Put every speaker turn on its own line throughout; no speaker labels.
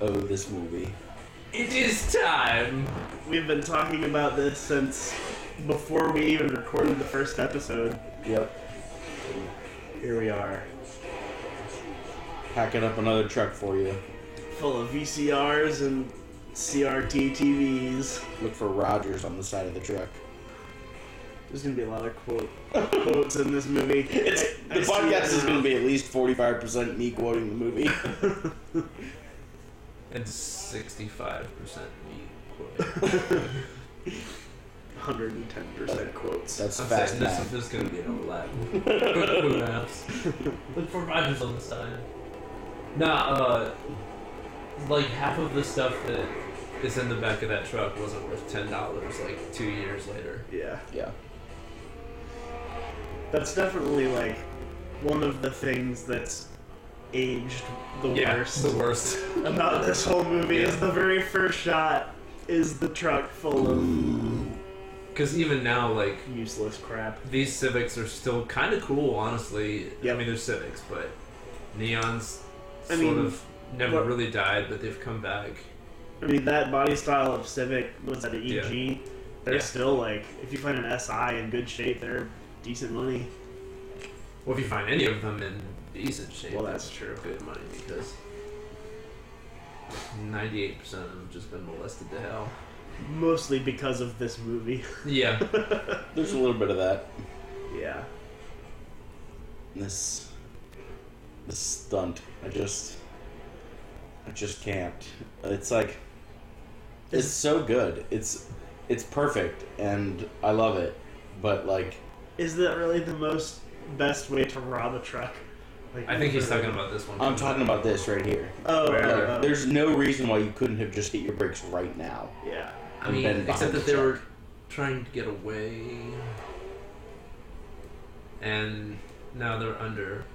this movie.
It is time.
We've been talking about this since before we even recorded the first episode.
Yep.
Here we are,
Packing up another truck for you.
full of VCRs and CRT TVs.
Look for Rogers on the side of the truck.
There's gonna be a lot of quote, quotes in this movie.
It's, the
I see
podcast
it
is
now.
going to be at least 45% me quoting the movie.
It's sixty-five percent me. quoting.
110% quotes.
That's
I'm
fast
saying this,
math.
this is gonna be an overlap. Who knows? Look for Rogers on the side. Nah, uh, like half of the stuff that is in the back of that truck wasn't worth ten dollars like two years later.
Yeah.
Yeah.
That's definitely like one of the things that's aged the worst
the worst.
about this whole movie is the very first shot is the truck full of
Because even now, like
useless crap.
these Civics are still kind of cool, honestly.
Yeah.
I mean, they're Civics, but Neons
I
sort
mean,
of never
what-
really died, but they've come back.
I mean, that body style of Civic was at an EG. E They're
Yeah.
still like, if you find an SI in good shape, they're decent money.
Well, if you find any of them in decent shape,
Well,
that's
that's
true. Good money because 98% of them have just been molested to hell.
Mostly because of this movie.
Yeah.
There's a little bit of that.
yeah.
This. This stunt. I just. I just can't. It's like. It's so good. It's. It's perfect, and I love it. But, like.
Is that really the most best way to rob a truck? Like,
I think he's talking about this one.
I'm talking about this right here.
Oh,
Where-
oh,
Like,
oh.
Uh, there's no reason why you couldn't have just hit your brakes right now.
yeah.
I mean,
Ben
except
Bond
that they
check.
were trying to get away. And now they're under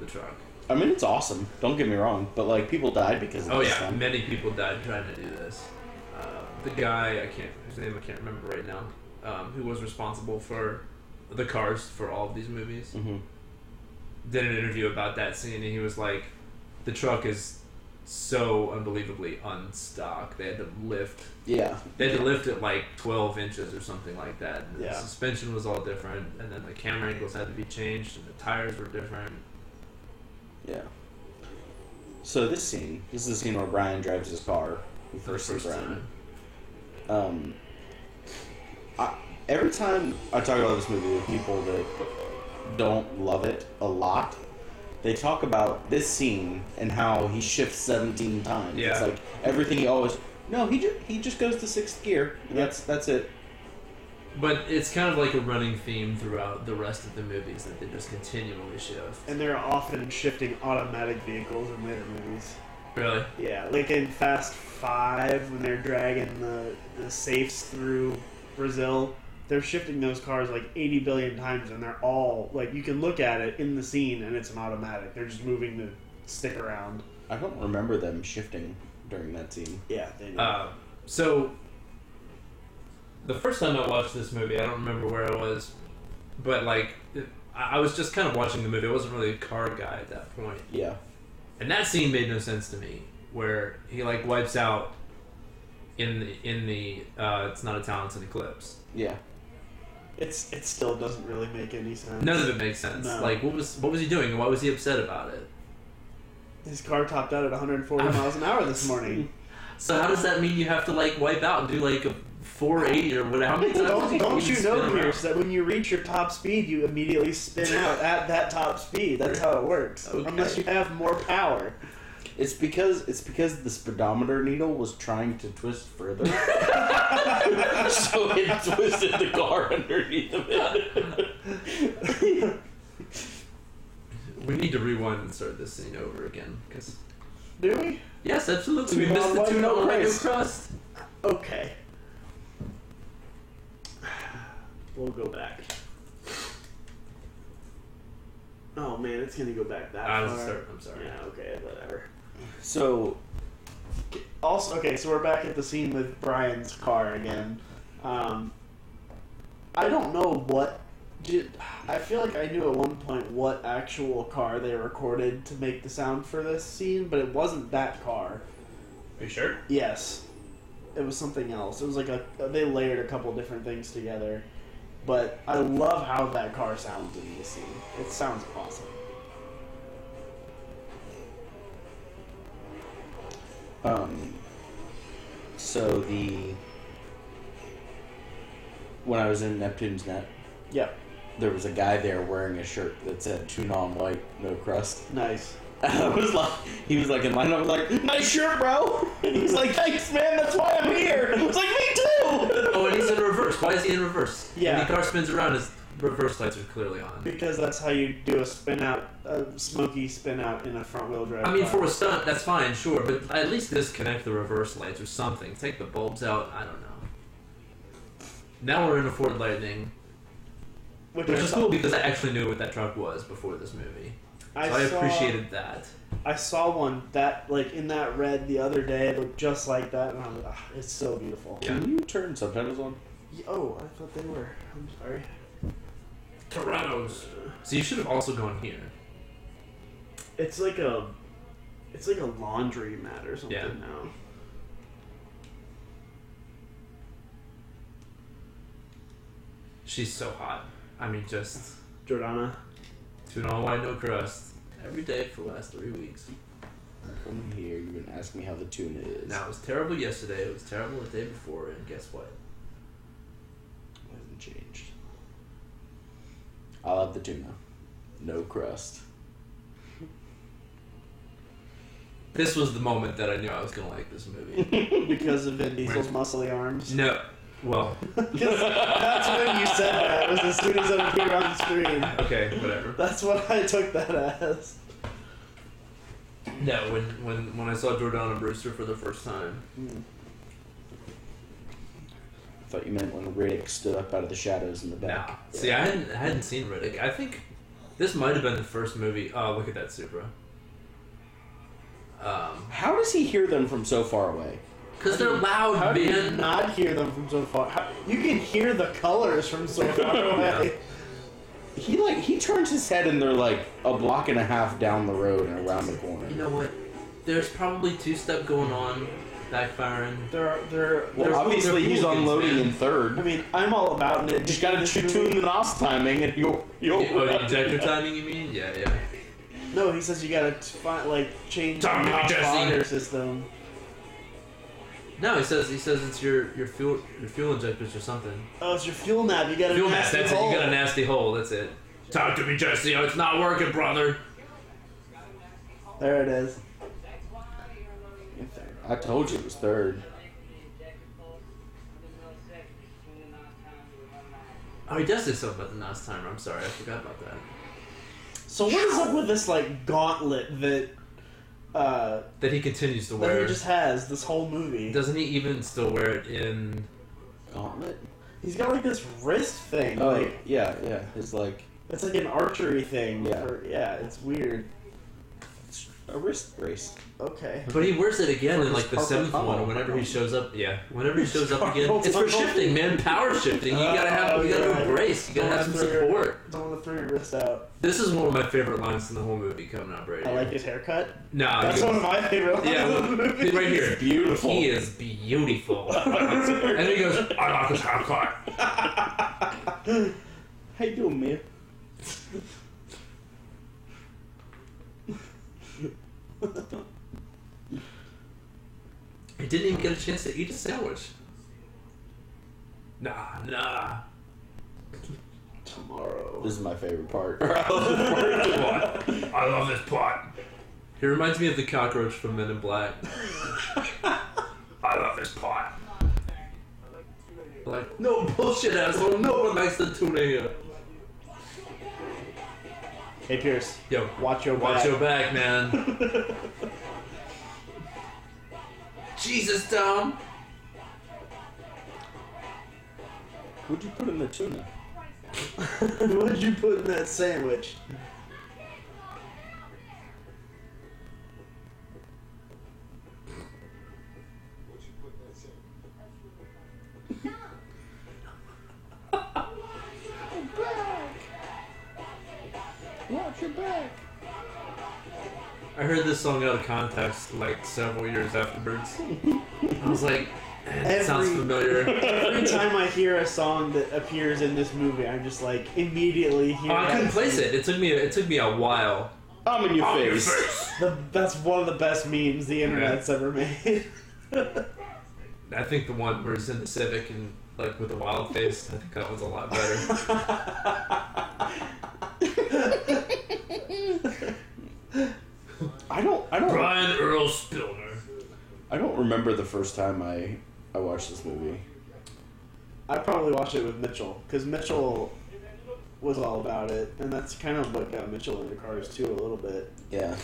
the truck.
I mean, it's awesome. Don't get me wrong, but like people died because of
Oh
this
yeah,
thing.
many people died trying to do this. Uh, the guy I can't his name I can't remember right now, um, who was responsible for the cars for all of these movies,
Mhm.
did an interview about that scene, and he was like, "The truck is so unbelievably unstock. They had to lift,
Yeah,
they had to lift it like 12 inches or something like that. And
Yeah.
The suspension was all different, and then the camera angles had to be changed, and the tires were different.
yeah. So this scene, this is the scene where Brian drives his car. We
for the
first see
first
Brian.
time.
um, I, every time I talk about this movie with people that don't love it a lot, they talk about this scene and how he shifts 17 times. It's
Yeah.
like everything he always. No, he just he just goes to sixth gear. And That's that's it.
But it's kind of like a running theme throughout the rest of the movies that they just continually shift.
And they're often shifting automatic vehicles in later movies.
Really?
Yeah, like in Fast Five, when they're dragging the, the safes through Brazil, they're shifting those cars like 80 billion times, and they're all like you can look at it in the scene, and it's an automatic. They're just moving to stick around.
I don't remember them shifting during that scene.
Yeah, they do.
Uh, so, the first time I watched this movie, I don't remember where I was, but like, it, I I was just kind of watching the movie. I wasn't really a car guy at that point.
Yeah.
and that scene made no sense to me where he like wipes out in the in the uh, it's not a town it's an eclipse
Yeah.
it's it still doesn't really make any sense.
none of it makes sense
No.
like what was what was he doing and why was he upset about it
His car topped out at 140
Uh,
miles an hour this morning.
so how does that mean you have to like wipe out and do like a 480 or whatever How many times does
Don't,
he
don't
even
you
spin
know,
around?
Pierce, that when you reach your top speed, you immediately spin out at that top speed? That's how it works.
Okay.
Unless you have more power.
It's because it's because the speedometer needle was trying to twist further. so it twisted the car underneath of it.
we need to rewind and start this scene over again because
Do we?
yes absolutely we
Two
missed
non
the
white,
two
no
note
crust.
crust
Okay. We'll go back. Oh man, it's gonna go back that
I was
far.
start- I'm sorry
Yeah, okay, whatever.
so
Also, okay, so we're back at the scene with Brian's car again. Um, I don't know what Did, I feel like I knew at one point what actual car they recorded to make the sound for this scene, but it wasn't that car.
Are you sure?
Yes, it was something else. It was like a they layered a couple different things together. But I love how that car sounds in this scene. It sounds awesome.
Um, so the when I was in Neptune's Net,
Yeah,
there was a guy there wearing a shirt that said "Tune on white, no crust."
nice.
I was like, he was like in line. I was like, "Nice shirt, bro." And he's like, "Thanks, man. That's why I'm here." I was like, "Me too."
Oh, and he's in reverse. Why is he in reverse?
Yeah.
When the car spins around, his reverse lights are clearly on.
Because that's how you do a spin out, a smoky spin out in a front wheel drive.
I mean,
car.
for a stunt, that's fine, sure, but at least disconnect the reverse lights or something. Take the bulbs out. I don't know. Now we're in a Ford Lightning,
which
which
I
is
saw-
cool because I actually knew what that truck was before this movie. So I,
saw-
appreciated that.
I saw one that like in that red the other day it looked just like that, and I was like, ah, it's so beautiful.
Yeah.
Can you turn subtitles on?
Y- Oh, I thought they were. I'm sorry.
Torettos. So you should have also gone here.
It's like a, it's like a laundry mat or something
Yeah.
now.
She's so hot. I mean, just
Jordana.
tune all white, no crust. Every day for the last three weeks.
Come here. You can ask me how the tune is.
Now it was terrible yesterday. It was terrible the day before, and guess what?
It hasn't changed. I'll have the tuna. No crust.
This was the moment that I knew I was gonna like this movie.
because of Vin Diesel's muscly arms.
no, well,
'Cause that's when you said that. Was as soon as it appeared on the screen.
okay, whatever.
That's what I took that as.
No, when when when I saw Jordana Brewster for the first time,
I thought you meant when Riddick stood up out of the shadows in the back.
nah. See, I hadn't I hadn't seen Riddick. I think this might have been the first movie. Oh, look at that Supra. Um,
How does he hear them from so far away?
cause they're loud,
How do you
man.
not hear them from so far? How, you can hear the colors from so far away.
He like he turns his head and they're like a block and a half down the road and around the corner.
You know what? There's probably two step going on, backfiring.
There, are, there. are-
well,
they're-
obviously
they're
he's
hooligans,
unloading
man.
in
I
third.
mean, I'm all about it.
Just gotta
This
ch-
movie-
tune the nos timing and you'll you'll.
Oh, ejector timing, you mean? Yeah, yeah.
No, he says you gotta t- find, like change the
Tommy
hot
Jesse.
water system.
No, he says he says it's your your fuel your fuel injectors or something.
Oh, it's your fuel nav. You got a
Fuel mask.
nasty
That's
hole.
it. You got a nasty hole. That's it. Talk to me, Jesse. Oh, It's not working, brother.
There it is.
I told you it was third.
Oh, he does say something about the last timer. I'm sorry, I forgot about that.
So what is up with this like gauntlet that uh,
That he continues to
that
wear.
he just has this whole movie?
Doesn't he even still wear it in?
Gauntlet.
He's got like this wrist thing.
Oh
Like
yeah, yeah. It's like
it's like an archery thing.
Yeah.
or- yeah. It's weird.
a wrist brace.
Okay.
But he wears it again
For
in like
his
the
carpal
seventh
tunnel.
one. Whenever he shows up, yeah. Whenever he shows up
Carpal
again, it's for
tunnel.
shifting, man. Power shifting. You gotta have. You gotta
Oh,
have a
yeah.
brace. You gotta have some
Don't throw your-
support.
Don't want to throw your wrist out.
This is one of my favorite lines in the whole movie. Coming up right
I
here.
like his haircut.
Nah,
That's
he-
one of my favorite lines
Yeah,
of the movie.
right here.
Beautiful.
He is beautiful. and he goes, I like his haircut.
How you doing, man?
He didn't even get a chance to eat a sandwich. Nah, nah.
Tomorrow.
This is my favorite part.
I love this plot. He reminds me of the cockroach from Men in Black. I love this plot. Like, no bullshit, asshole. No one likes the tuna here.
Hey Pierce,
Yo,
watch your back.
watch your back, man. Jesus, Tom.
What'd you put in the tuna?
what did you put in that sandwich?
got your back.
I heard this song out of context like several years afterwards. I was like, eh, that sounds
Every-
familiar.
Every time I hear a song that appears in this movie, I'm just like immediately hear.
Oh, I couldn't
that.
place it. It took me. It took me a while.
I'm in your face.
The, that's one of the best memes the internet's ever made.
I think the one where it's in the Civic and like with the wild face. I think that was a lot better.
I don't. I don't.
Brian Earl Spillner.
I don't remember the first time I I watched this movie.
I probably watched it with Mitchell because Mitchell was all about it, and that's kind of what got Mitchell into Cars too a little bit.
Yeah.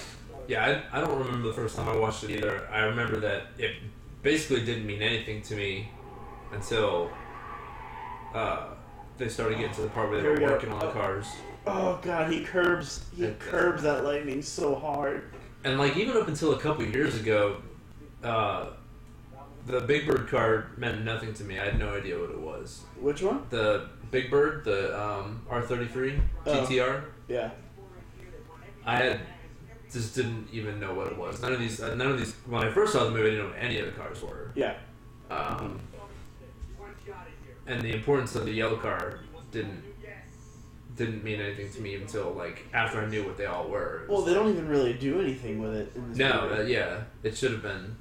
Yeah, I, I don't remember the first time I watched it either. I remember that it basically didn't mean anything to me until uh, they started getting to the part where they
Here
were
we go.
working on the cars.
Oh God, he curbs he
It-
curbs that lightning so hard.
And like even up until a couple years ago, uh, the Big Bird car meant nothing to me. I had no idea what it was.
Which one?
The Big Bird, the um, R33
Oh.
GTR,
Yeah.
I had just didn't even know what it was. None of these, uh, none of these. When I first saw the movie, I didn't know what any of the cars were.
Yeah.
Um, and the importance of the yellow car didn't didn't mean anything to me until like after I knew what they all were. It
Well,
was
they don't even really do anything with it. In this
no, uh,
movie.
that, yeah, it should have been.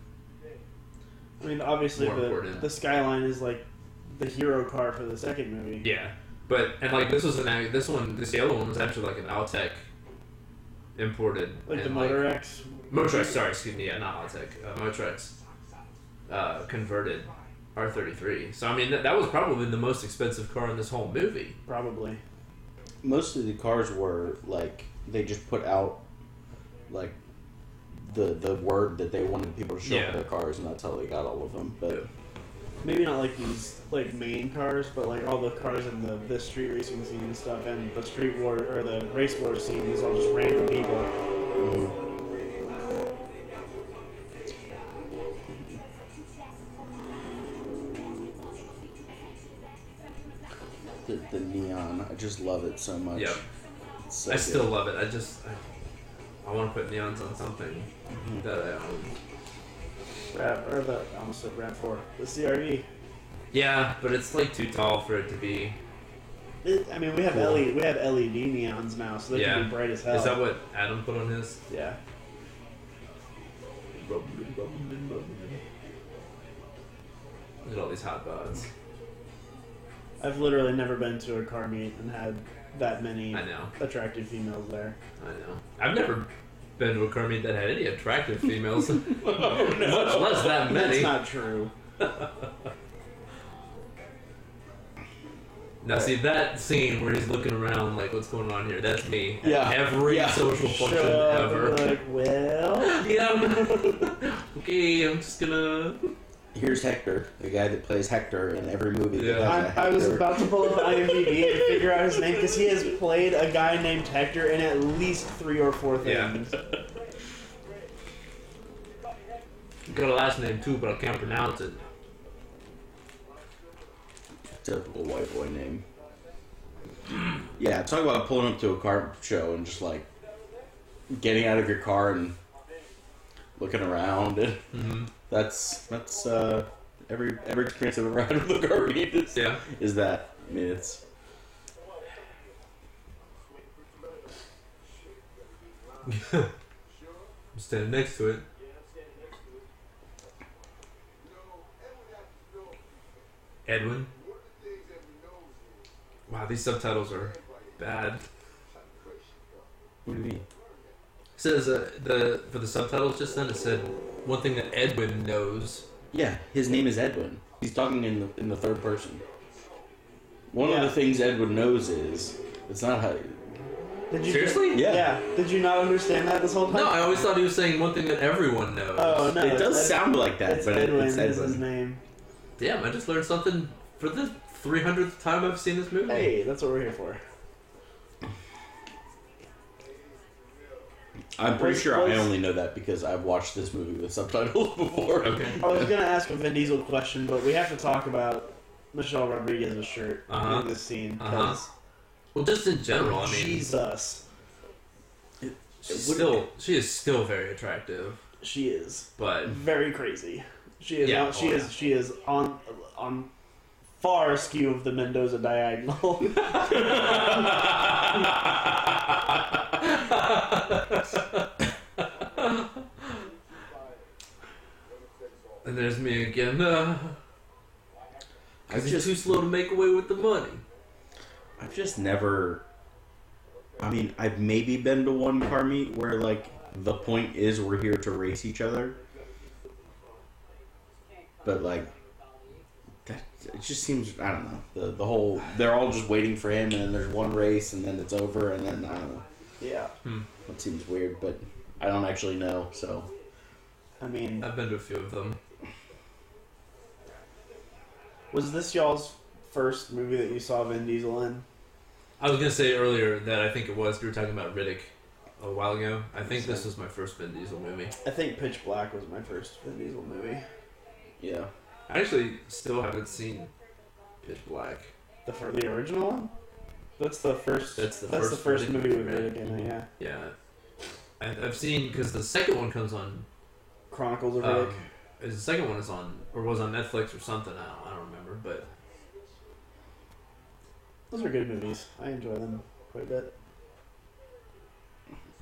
I mean, obviously
More
the,
important.
the Skyline is like the hero car for the second movie.
Yeah, but and like this was an ac- this one this yellow one was actually like an Altec imported
Like the
and,
Motor X.
Motrex, sorry, excuse me, yeah, not Altec, uh, Motrex uh, converted R33. So I mean that, that was probably the most expensive car in this whole movie.
Probably.
Most of the cars were like they just put out like the the word that they wanted people to show
Yeah.
up their cars, and that's how they got all of them. But
Maybe not like these like main cars, but like all the cars in the the street racing scene and stuff, and the street war or the race war scene is all just random people.
the, the neon, I just love it so much.
Yeah,
It's so
I
good.
still love it. I just I, I want to put neons on something that I own.
Rav, or the I almost said Rav Four, the CRV.
Yeah, but it's like too tall for it to be.
It- I mean, we have
Cool.
LED we have LED neons now, so they
Yeah,
can be bright as hell.
is that what Adam put on his?
yeah.
Look at all these hot bods.
I've literally never been to a car meet and had that many
I know.
attractive females there.
I know. I've never been to a car meet that had any attractive females. Much less that
That's
many.
not true.
now see that scene where he's looking around like what's going on here, that's me. at
Yeah.
Every
Yeah.
social function
Show up and be
ever.
like, well,
Yeah. I'm- okay, I'm just gonna
Here's Hector, the guy that plays Hector in every movie. that
Yeah.
has a
I, I was
Hector.
about to pull up IMDb and figure out his name because he has played a guy named Hector in at least three or four
Yeah.
things.
got a last name too, but I can't pronounce it.
typical white boy name. Yeah, talk about pulling up to a car show and just like getting out of your car and looking around.
Mm-hmm.
That's that's uh, every every experience I've ever had with a car meet is,
Yeah.
is that. I mean, it's
I'm standing next to it. Edwin. Wow, these subtitles are bad.
what do you mean?
says uh, the for the subtitles just then it said one thing that Edwin knows.
Yeah, his name is Edwin. He's talking in the in the third person. One
Yeah.
of the things Edwin knows is it's not how.
Did you
Seriously?
Yeah.
Yeah. Did you not understand that this whole time?
No, I always thought he was saying one thing that everyone knows.
Oh no,
it does
it's-
sound like that,
It's
but it-
Edwin
it's
is his
Edwin.
name.
Damn, I just learned something for the 300th time I've seen this movie.
Hey, that's what we're here for.
I'm pretty
Was-
sure I
was-
only know that because I've watched this movie with subtitles before.
Okay.
I was gonna ask a Vin Diesel question, but we have to talk about Michelle Rodriguez's shirt
Uh-huh.
in this scene
Uh-huh.
because
Well, just in general, I mean,
Jesus,
She's
What-
still she is still very attractive,
She is
but
very crazy. She is.
Yeah,
on- she
oh,
is.
yeah.
She is on on far askew of the Mendoza diagonal.
and there's me again. Uh,
I
Cause he's
just-
too slow to make away with the money.
I've just never. I mean, I've maybe been to one car meet where like the point is we're here to race each other, but like that it just seems I don't know the the whole they're all just waiting for him and then there's one race and then it's over and then I don't know
yeah.
it seems weird but I don't actually know so
I mean,
I've been to a few of them.
was this y'all's first movie that you saw Vin Diesel in?
I was gonna say earlier that I think it was we were talking about Riddick a while ago. I think this was my first Vin Diesel movie.
I think Pitch Black was my first Vin Diesel movie.
yeah
I actually still haven't seen Pitch Black.
The fir- the original one. That's the first.
That's the
that's
first
the first
Riddick
movie with
movie, right?
Riddick in it. Yeah.
Yeah, I, I've seen because the second one comes on.
Chronicles of Riddick.
Um, is the second one is on or was on Netflix or something. I don't, I don't remember, but
Those are good movies. I enjoy them quite a bit.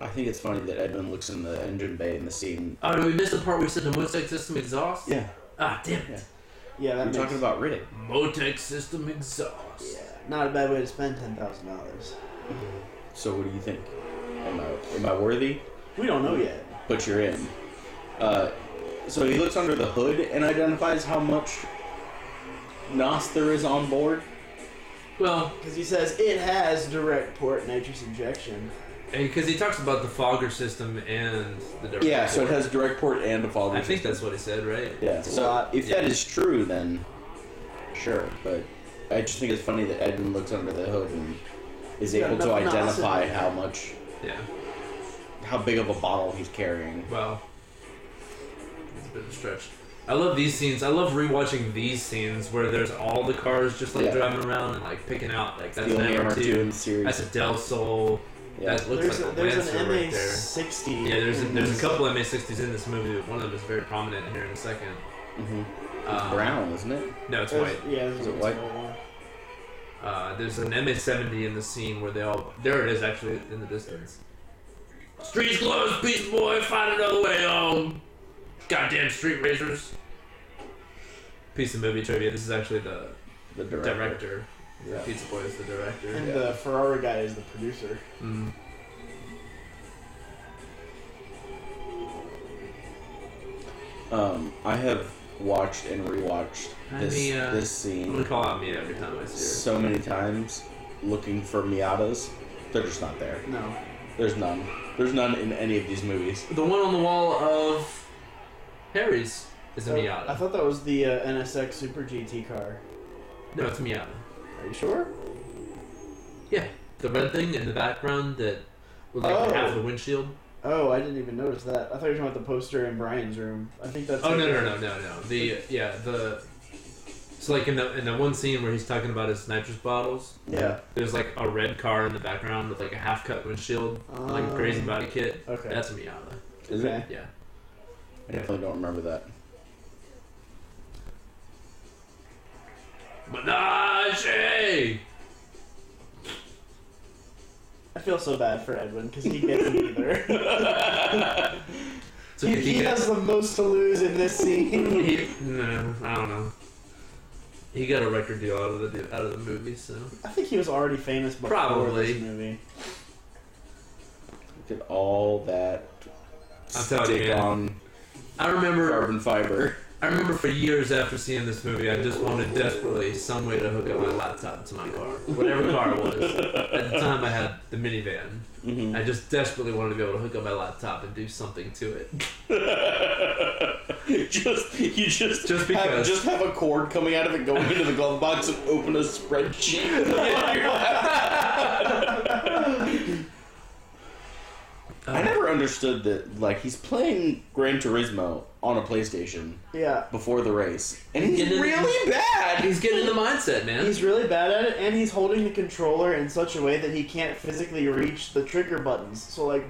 I think it's funny that Edmund looks in the engine bay in the scene
oh, did we missed the part where we said the Motec system exhaust.
yeah
Ah, damn it.
Yeah, that
I'm
makes,
talking about Riddick
Motec system exhaust.
Yeah, not a bad way to spend ten thousand dollars.
so what do you think am I am I worthy
We don't know yet.
but you're in. Uh, so he looks under the hood and identifies how much NOS there is on board.
Well,
Because he says it has direct port nitrous injection.
because he talks about the fogger system and the direct
Yeah, so it
port.
has direct port and a fog.
I think that's what he said, right?
Yeah,
a
so
lot.
if that
Yeah.
is true, then sure. But I just think it's funny that Edwin looks under the hood and is
Yeah,
able to
nothing else in
identify
there.
how much,
Yeah.
how big of a bottle he's carrying.
Well, it's a bit of a stretch. I love these scenes. I love rewatching these scenes where there's all the cars just like
Yeah.
driving around and like picking out like that's
the
an
only MR2 in
MR2.
the series.
That's a Del Sol.
yeah.
That looks
there's
like
a,
a
there's
Lancer
an
right there.
MA60.
Yeah, there's a,
in
there's a
this.
couple MA60s in this movie. But one of them is very prominent here in a second.
hmm
Um,
brown, isn't it?
No, it's
There's-
white.
Yeah, there's
Is
a
it white?
one.
Uh, there's an MA70 in the scene where they all. There it is, actually, in the distance. Streets closed, peace boy, find another way home. Goddamn street racers. Piece of movie trivia. This is actually the
The director.
director.
Yeah.
Pizza Boy is the director.
And
Yeah.
the Ferrari guy is the producer.
Mm.
Um, I have watched and rewatched
Hi,
this
Mia.
this
I'm gonna
scene
call out Mia every time I see
so many times, looking for Miatas. They're just not there.
No.
There's none. There's none in any of these movies.
her. The one on the wall of Harry's is a
Uh,
Miata.
I thought that was the uh, NSX Super GT car.
no, it's a Miata.
Are you sure?
Yeah, the red thing in the background that was like
Oh.
half the windshield.
Oh, I didn't even notice that. I thought you were talking about the poster in Brian's room. I think that's.
Oh
like-
no no no no no the yeah the so like in the in the one scene where he's talking about his nitrous bottles
Yeah.
there's like a red car in the background with like a half cut windshield and, like a crazy
Um,
body kit
okay.
that's a Miata
Is
Okay.
it?
yeah
I definitely don't remember that.
Menage
I feel so bad for Edwin because he gets neither.
so
he, he
got-
has the most to lose in this scene.
he, no I don't know he got a record deal out of the out of the movie so
I think he was already famous before
Probably.
this movie.
Look at all that
I'm telling you,
stick
man.
on
I remember
carbon fiber.
I remember for years after seeing this movie, I just wanted desperately some way to hook up my laptop to my car, whatever car it was. At the time, I had the minivan.
Mhm.
I just desperately wanted to be able to hook up my laptop and do something to it.
just you just
Just
have,
because.
just have a cord coming out of it going into the glove box and open a spreadsheet. on your laptop.
Uh.
I never understood that. Like he's playing Gran Turismo on a PlayStation
Yeah.
before the race, and he's
Get it-
really bad.
He's getting in the mindset, man.
He's really bad at it, and he's holding the controller in such a way that he can't physically reach the trigger buttons. So, like,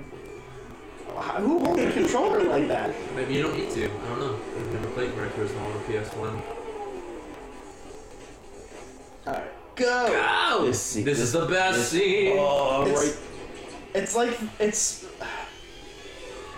Wh- Who holds a controller like that?
Maybe you don't need to. I don't know. I've never played Gran Turismo on a PS1.
Alright, go.
Go!
This scene-
This is
this-
the best
this-
scene!
Oh,
It's-
right. It's like it's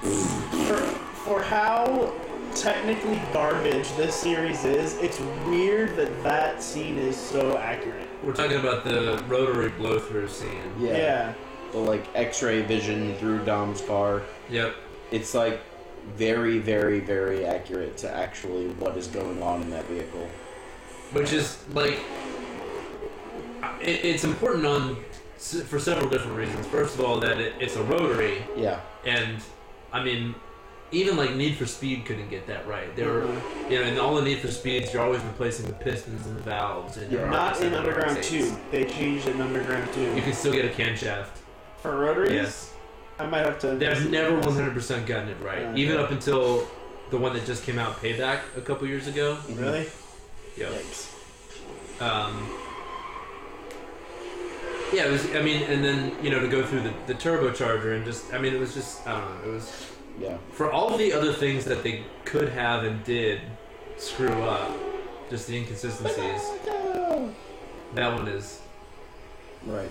for, for how technically garbage this series is. It's weird that that scene is so accurate.
We're talking about the rotary blow through scene.
Yeah.
Yeah.
The like X-ray vision through Dom's car.
Yep.
It's like very, very, very accurate to actually what is going on in that vehicle.
Which is like. I- It, it's important on s- for several different reasons. First of all, that it, it's a rotary,
Yeah.
and I mean, even like Need for Speed couldn't get that right. They were,
Mhm.
you know, in all the Need for Speeds, you're always replacing the pistons and valves. And you're
Not
always
in Underground
rotating.
2. They changed it in Underground 2.
You can still get a camshaft.
For rotaries?
Yes.
I might have to.
They've never 100% gotten it right.
Yeah.
Even up until the one that just came out, Payback, a couple years ago.
Really?
Yeah.
Yikes.
Um, yeah, it was. I mean, and then you know to go through the, the turbocharger and just. I mean, it was just. I don't know. It was
Mm-hmm. Yeah.
for all the other things that they could have and did screw up. Just the inconsistencies. That one is
Right.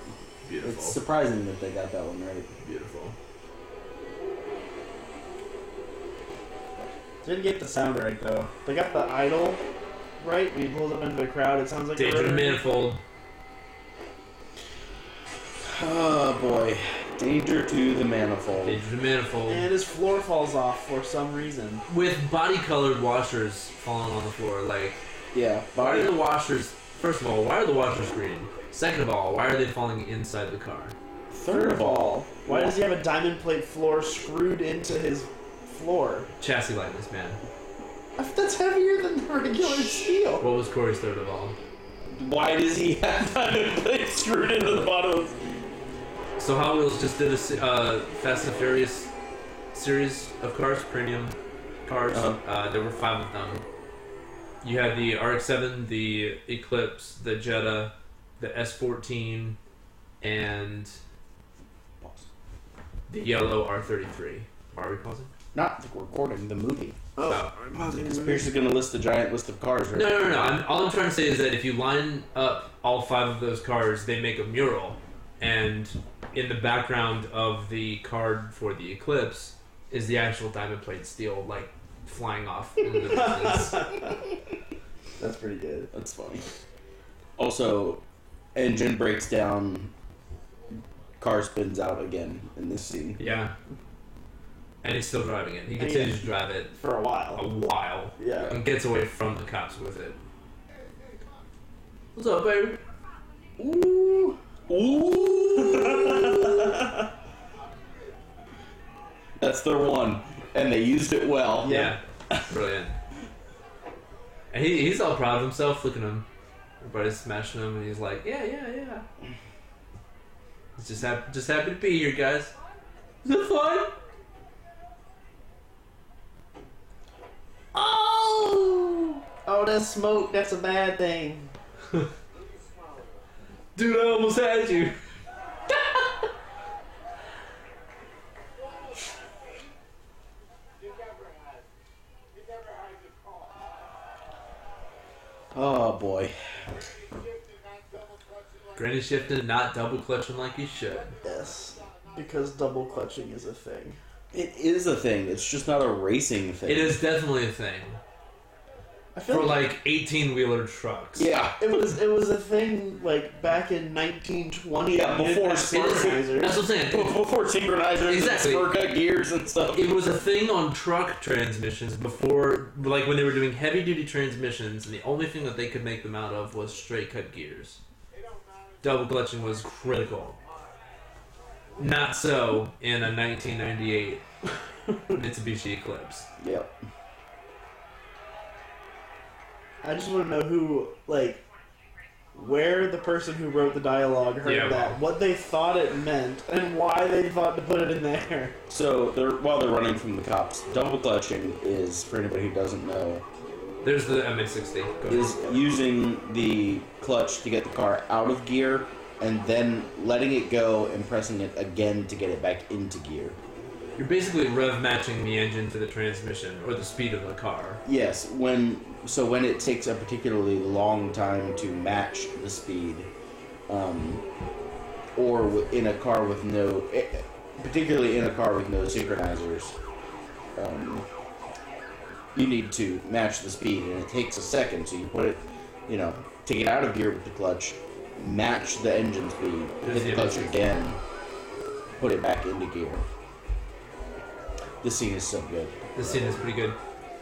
beautiful.
It's surprising that they got that one right.
beautiful.
Didn't get the sound right though. They got the idol right. We pulled up into the crowd. It sounds like a
Danger
rotary.
manifold.
Oh boy. Danger to the manifold.
Danger manifold.
And his floor falls off for some reason.
With body colored washers falling on the floor, like
Yeah.
why are
Body
the washers? First of all, why are the washers green? Second of all, why are they falling inside the car?
Third of all,
Why does he have a diamond plate floor screwed into his floor?
Chassis lightness, man.
That's heavier than the regular steel.
What was Corey's third of all?
Why does he have diamond plates screwed into the bottom?
So Hot Wheels just did a se- uh, Fast and Furious series of cars, premium cars. uh
Uh-huh.
there were five of them. You had the RX-7, the Eclipse, the Jetta, the S14, and the yellow R33. Are we pausing?
Not the recording, the movie.
Oh.
Pierce is gonna list a giant list of cars. Right?
No, no, no. no. I'm, all I'm trying to say is that if you line up all five of those cars, they make a mural, and in the background of the card for the Eclipse is the actual diamond plate steel, like flying off into the distance.
That's pretty good.
That's funny. Also, engine breaks down. Car spins out again in this scene.
yeah. And he's still driving it. He continues to drive it
For a
a
while.
while.
Yeah.
And gets away from the cops with it. What's up, baby?
Ooh. Ooh. That's their one, and they used it well.
Yeah. Brilliant. And he, he's all proud of himself. Look at him. Everybody's smashing him, and he's like, yeah, yeah, yeah. He's just, hap- just happy to be here, guys. Is it fun?
Oh! Oh, that's smoke. That's a bad thing.
Dude, I almost had you.
Oh boy.
Granny shifting, not double clutching like you should.
Yes. Because double clutching is a thing.
It is a thing. It's just not a racing thing.
It is definitely a thing
I feel
for like 18 wheeler trucks.
Yeah.
it was it was a thing like back in 1920.
Yeah, before
It is-
synchronizers.
that's what I'm saying.
Before synchronizers
Exactly.
and Spurka gears and stuff.
It was a thing on truck transmissions before, like when they were doing heavy duty transmissions, and the only thing that they could make them out of was straight cut gears. Double clutching was critical. Not so in a 1998 Mitsubishi Eclipse.
Yep.
I just want to know who, like, where the person who wrote the dialogue heard
Yeah.
that, what they thought it meant, and why they thought to put it in there.
So they're, while they're running from the cops, double clutching is, for anybody who doesn't know,
There's the MX60. Go ahead.
is using the clutch to get the car out of gear and then letting it go and pressing it again to get it back into gear.
You're basically rev matching the engine to the transmission or the speed of the car.
Yes, when so when it takes a particularly long time to match the speed, um, or w- in a car with no, eh, eh, particularly in a car with no synchronizers, um, you need to match the speed, and it takes a second. So you put it, you know, take it out of gear with the clutch, match the engine speed, hit the clutch again, put it back into gear. This scene is so good.
This scene is pretty good.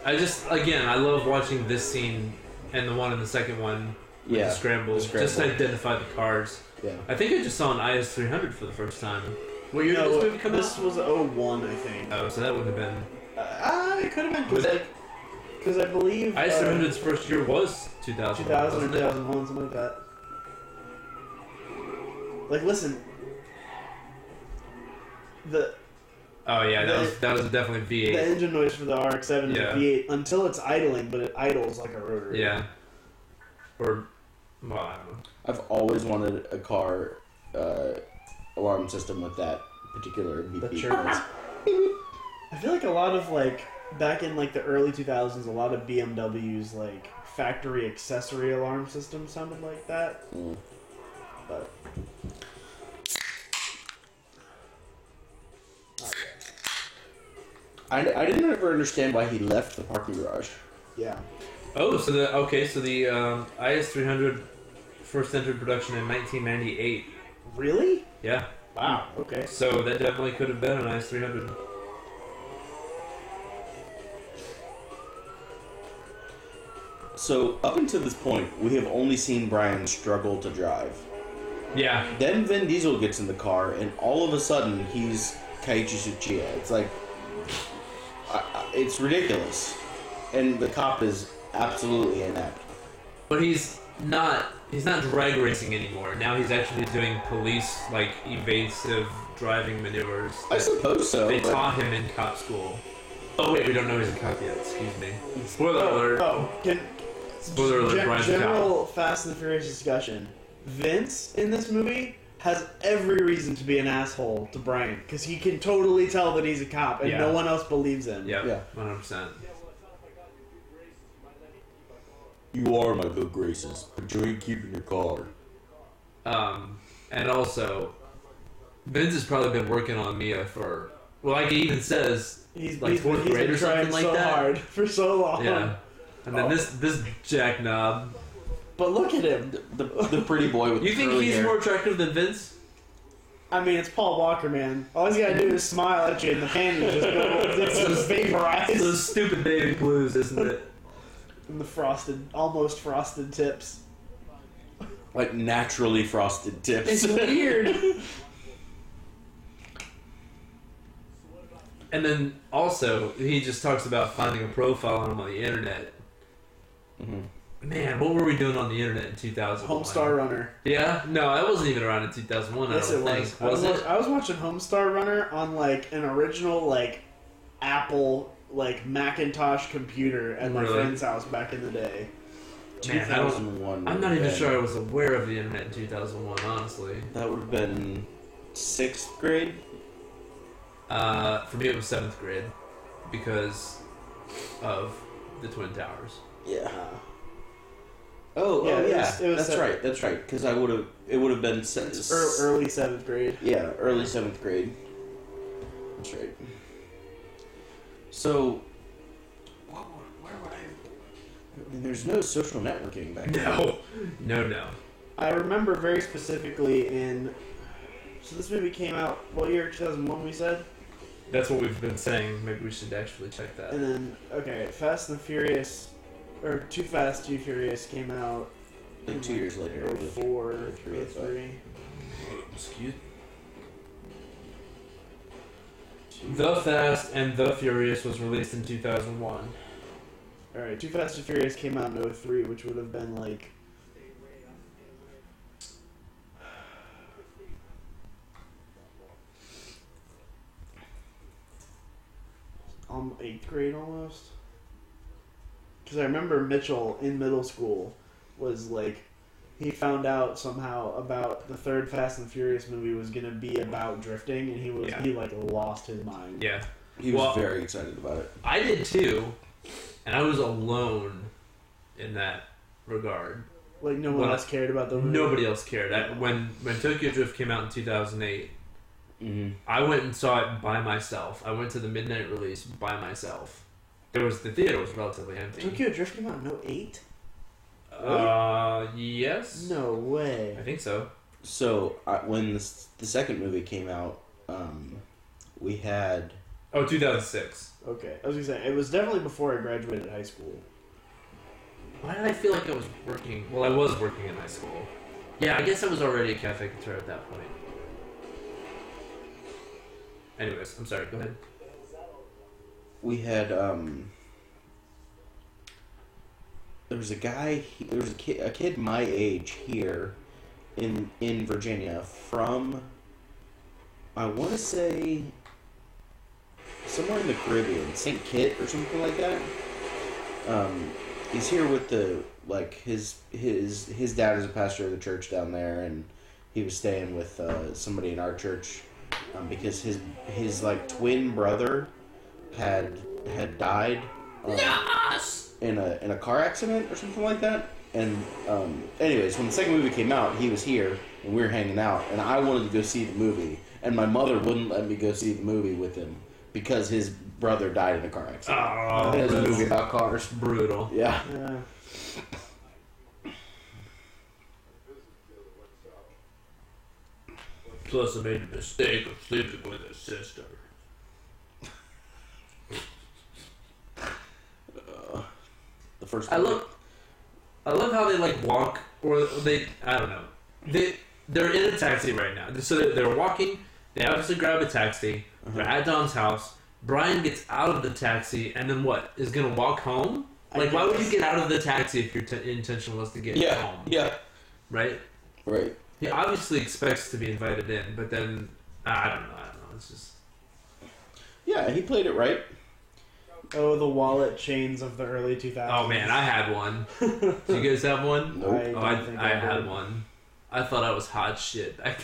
I just again I love watching this scene and the one in the second one. with
Yeah,
the scramble.
the scramble.
Just identify the cars.
Yeah.
I think I just saw an IS 300 for the first time. What year did
No,
this movie come
this
out?
was 01, I think.
Oh, so that would have been.
Uh, it could have been
Was
because
that
I believe
IS
uh,
300's first year was 2000.
2000 or
wasn't it?
2001, something like that. Like, listen, the
Oh yeah, that
The-
was that was definitely
the
V8.
engine noise for the RX-7 is
Yeah.
V8 until it's idling, but it idles like a rotor.
Yeah. Or well, I don't know.
I've always wanted a car uh, alarm system with that particular beep
The
beep
chirp.
noise.
I feel like a lot of like back in like the early 2000s, a lot of BMWs like factory accessory alarm systems sounded like that.
Mm.
But Mm.
I, I didn't ever understand why he left the parking garage.
yeah,
Oh, so the okay, so the um, IS 300 first entered production in 1998.
really?
Yeah.
Wow. Okay.
So that definitely could have been an IS 300.
So up until this point, we have only seen Brian struggle to drive.
Yeah.
Then Vin Diesel gets in the car, and all of a sudden he's Kaiichi Tsuchiya. It's like, I, I, it's ridiculous, and the cop is absolutely inept.
But he's not he's not drag racing anymore. Now he's actually doing police like evasive driving maneuvers.
I suppose so.
They
but-
taught him in cop school. Oh wait, we don't know he's a cop yet. Excuse me. Spoiler alert.
Oh, can
Spoiler alert.
gen-
Brian's a cop.
general Fast and the Furious discussion. Vince in this movie has every reason to be an asshole to Brian because he can totally tell that he's a cop and
Yeah.
no one else believes him.
Yeah.
Yeah. One hundred percent.
You are my good graces, but you ain't keeping your car.
Um, and also, Vince has probably been working on Mia for. Well, like he even says,
He's,
Like
he's been-
fourth
he's
grade
been
or
trying
something like
so
that?
hard for so long.
yeah. And then this this jackknob.
But look at him.
The, the pretty boy with
You
the
think
curly
he's
hair.
more attractive than Vince?
I mean, it's Paul Walker, man. All he's gotta do is smile at you, and the hand will just go it's just
It's
vaporized.
those stupid baby blues, isn't it?
And the frosted, almost frosted tips.
like naturally frosted tips?
It's weird.
And then also, he just talks about finding a profile on him on the internet.
Mhm.
Man, what were we doing on the internet in 2000?
Homestar Runner.
Yeah, no, I wasn't even around in 2001.
Yes,
I
it
don't
was.
think.
I was,
Was
wa- I was watching Homestar Runner on like an original like Apple like Macintosh computer at my
Really?
friend's house back in the day.
it? Man, I don't,
2001
I'm not even
would've
sure I was aware of the internet in 2001, honestly.
been- That would have been sixth grade.
Uh, for me, it was seventh grade because of the Twin Towers.
Yeah. Oh,
Yeah,
oh,
it
yeah.
was- it was
that's
sev-
right. That's right. Because I would have. It would have been. Se-
It's ear early seventh grade.
Yeah, early seventh grade. That's right. So, what, would- where would I? I mean, there's no social networking back then.
No, no, no.
I remember very specifically in. So this movie came out what year? 2001. We said.
That's what we've been saying. Maybe we should actually check that.
And then, okay, Fast and the Furious, or Too Fast, Too Furious came out.
Like two years later. it was-
Four, three,
three, five.
three.
Excuse.
The Fast and the Furious was released in 2001.
All right, Too Fast and Furious came out in 03, which would have been like. Um, eighth grade almost. Because I remember Mitchell in middle school was like he found out somehow about the third Fast and Furious movie was gonna be about drifting, and he was
Yeah.
he like lost his mind.
Yeah.
He was
Well-
very excited about it.
I did too, and I was alone in that regard.
Like no one
Well,
else cared about the movie.
Nobody else cared. I, when when Tokyo Drift came out in 2008,
Mm-hmm.
I went and saw it by myself. I went to the midnight release by myself. There was the theater was relatively empty.
Tokyo Drift came out in 08?
Uh, yes.
No way.
I think so.
So I, when the, s- the second movie came out, um, we had
Oh, 2006.
Okay, I was gonna say it was definitely before I graduated high school.
Why did I feel like I was working? Well, I was working in high school. Yeah, I guess I was already a cafe couture at that point. Anyways, I'm sorry. Go ahead.
we had um, there was a guy he- there was a kid a kid my age here in in Virginia from I want to say somewhere in the Caribbean St Kitts or something like that um, he's here with the like his his his dad is a pastor of the church down there and he was staying with uh, somebody in our church um, because his his like twin brother had had died um, in a in a car accident or something like that. And um, anyways, when the second movie came out, he was here and we were hanging out, and I wanted to go see the movie, and my mother wouldn't let me go see the movie with him because his brother died in a car accident.
Oh,
it was a movie
that's
about cars.
brutal.
Yeah.
Yeah.
Plus, I made the mistake of sleeping with his sister.
The first.
I
movie.
love, I love how they like walk or they. I don't know. They they're in a taxi right now, so they're, they're walking. They obviously grab a taxi. They're
Uh-huh.
at Don's house. Brian gets out of the taxi and then what is gonna walk home?
I
Like, why would
guess.
you get out of the taxi if your t- intention was to get
Yeah.
home?
Yeah.
Right.
Right.
He obviously expects to be invited in, but then I don't know. I don't know. It's just
Yeah. He played it right.
Oh, the wallet chains of the early 2000s.
oh man, I had one. Do you guys have one?
Nope.
Oh,
don't
I,
think
I had
did.
one. I thought I was hot shit. I,
Did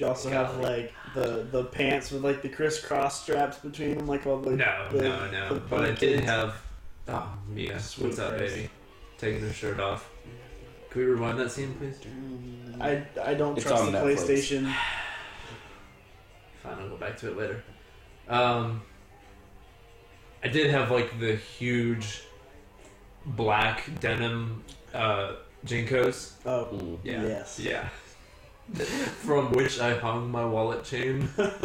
you also have like the the pants with like the crisscross straps between them, like all the
no,
the,
no, no.
the
But I
pumpkins?
did have. Oh, Mia,
Sweet
what's up,
Christ.
baby? Taking her shirt off. Can we rewind that scene, please?
I I don't
It's
trust
on
the
Netflix.
PlayStation.
Fine, I'll go back to it later. Um, I did have like the huge black denim uh, jinkos.
Oh,
Mm.
Yeah.
Yes.
Yeah. From which I hung my wallet chain.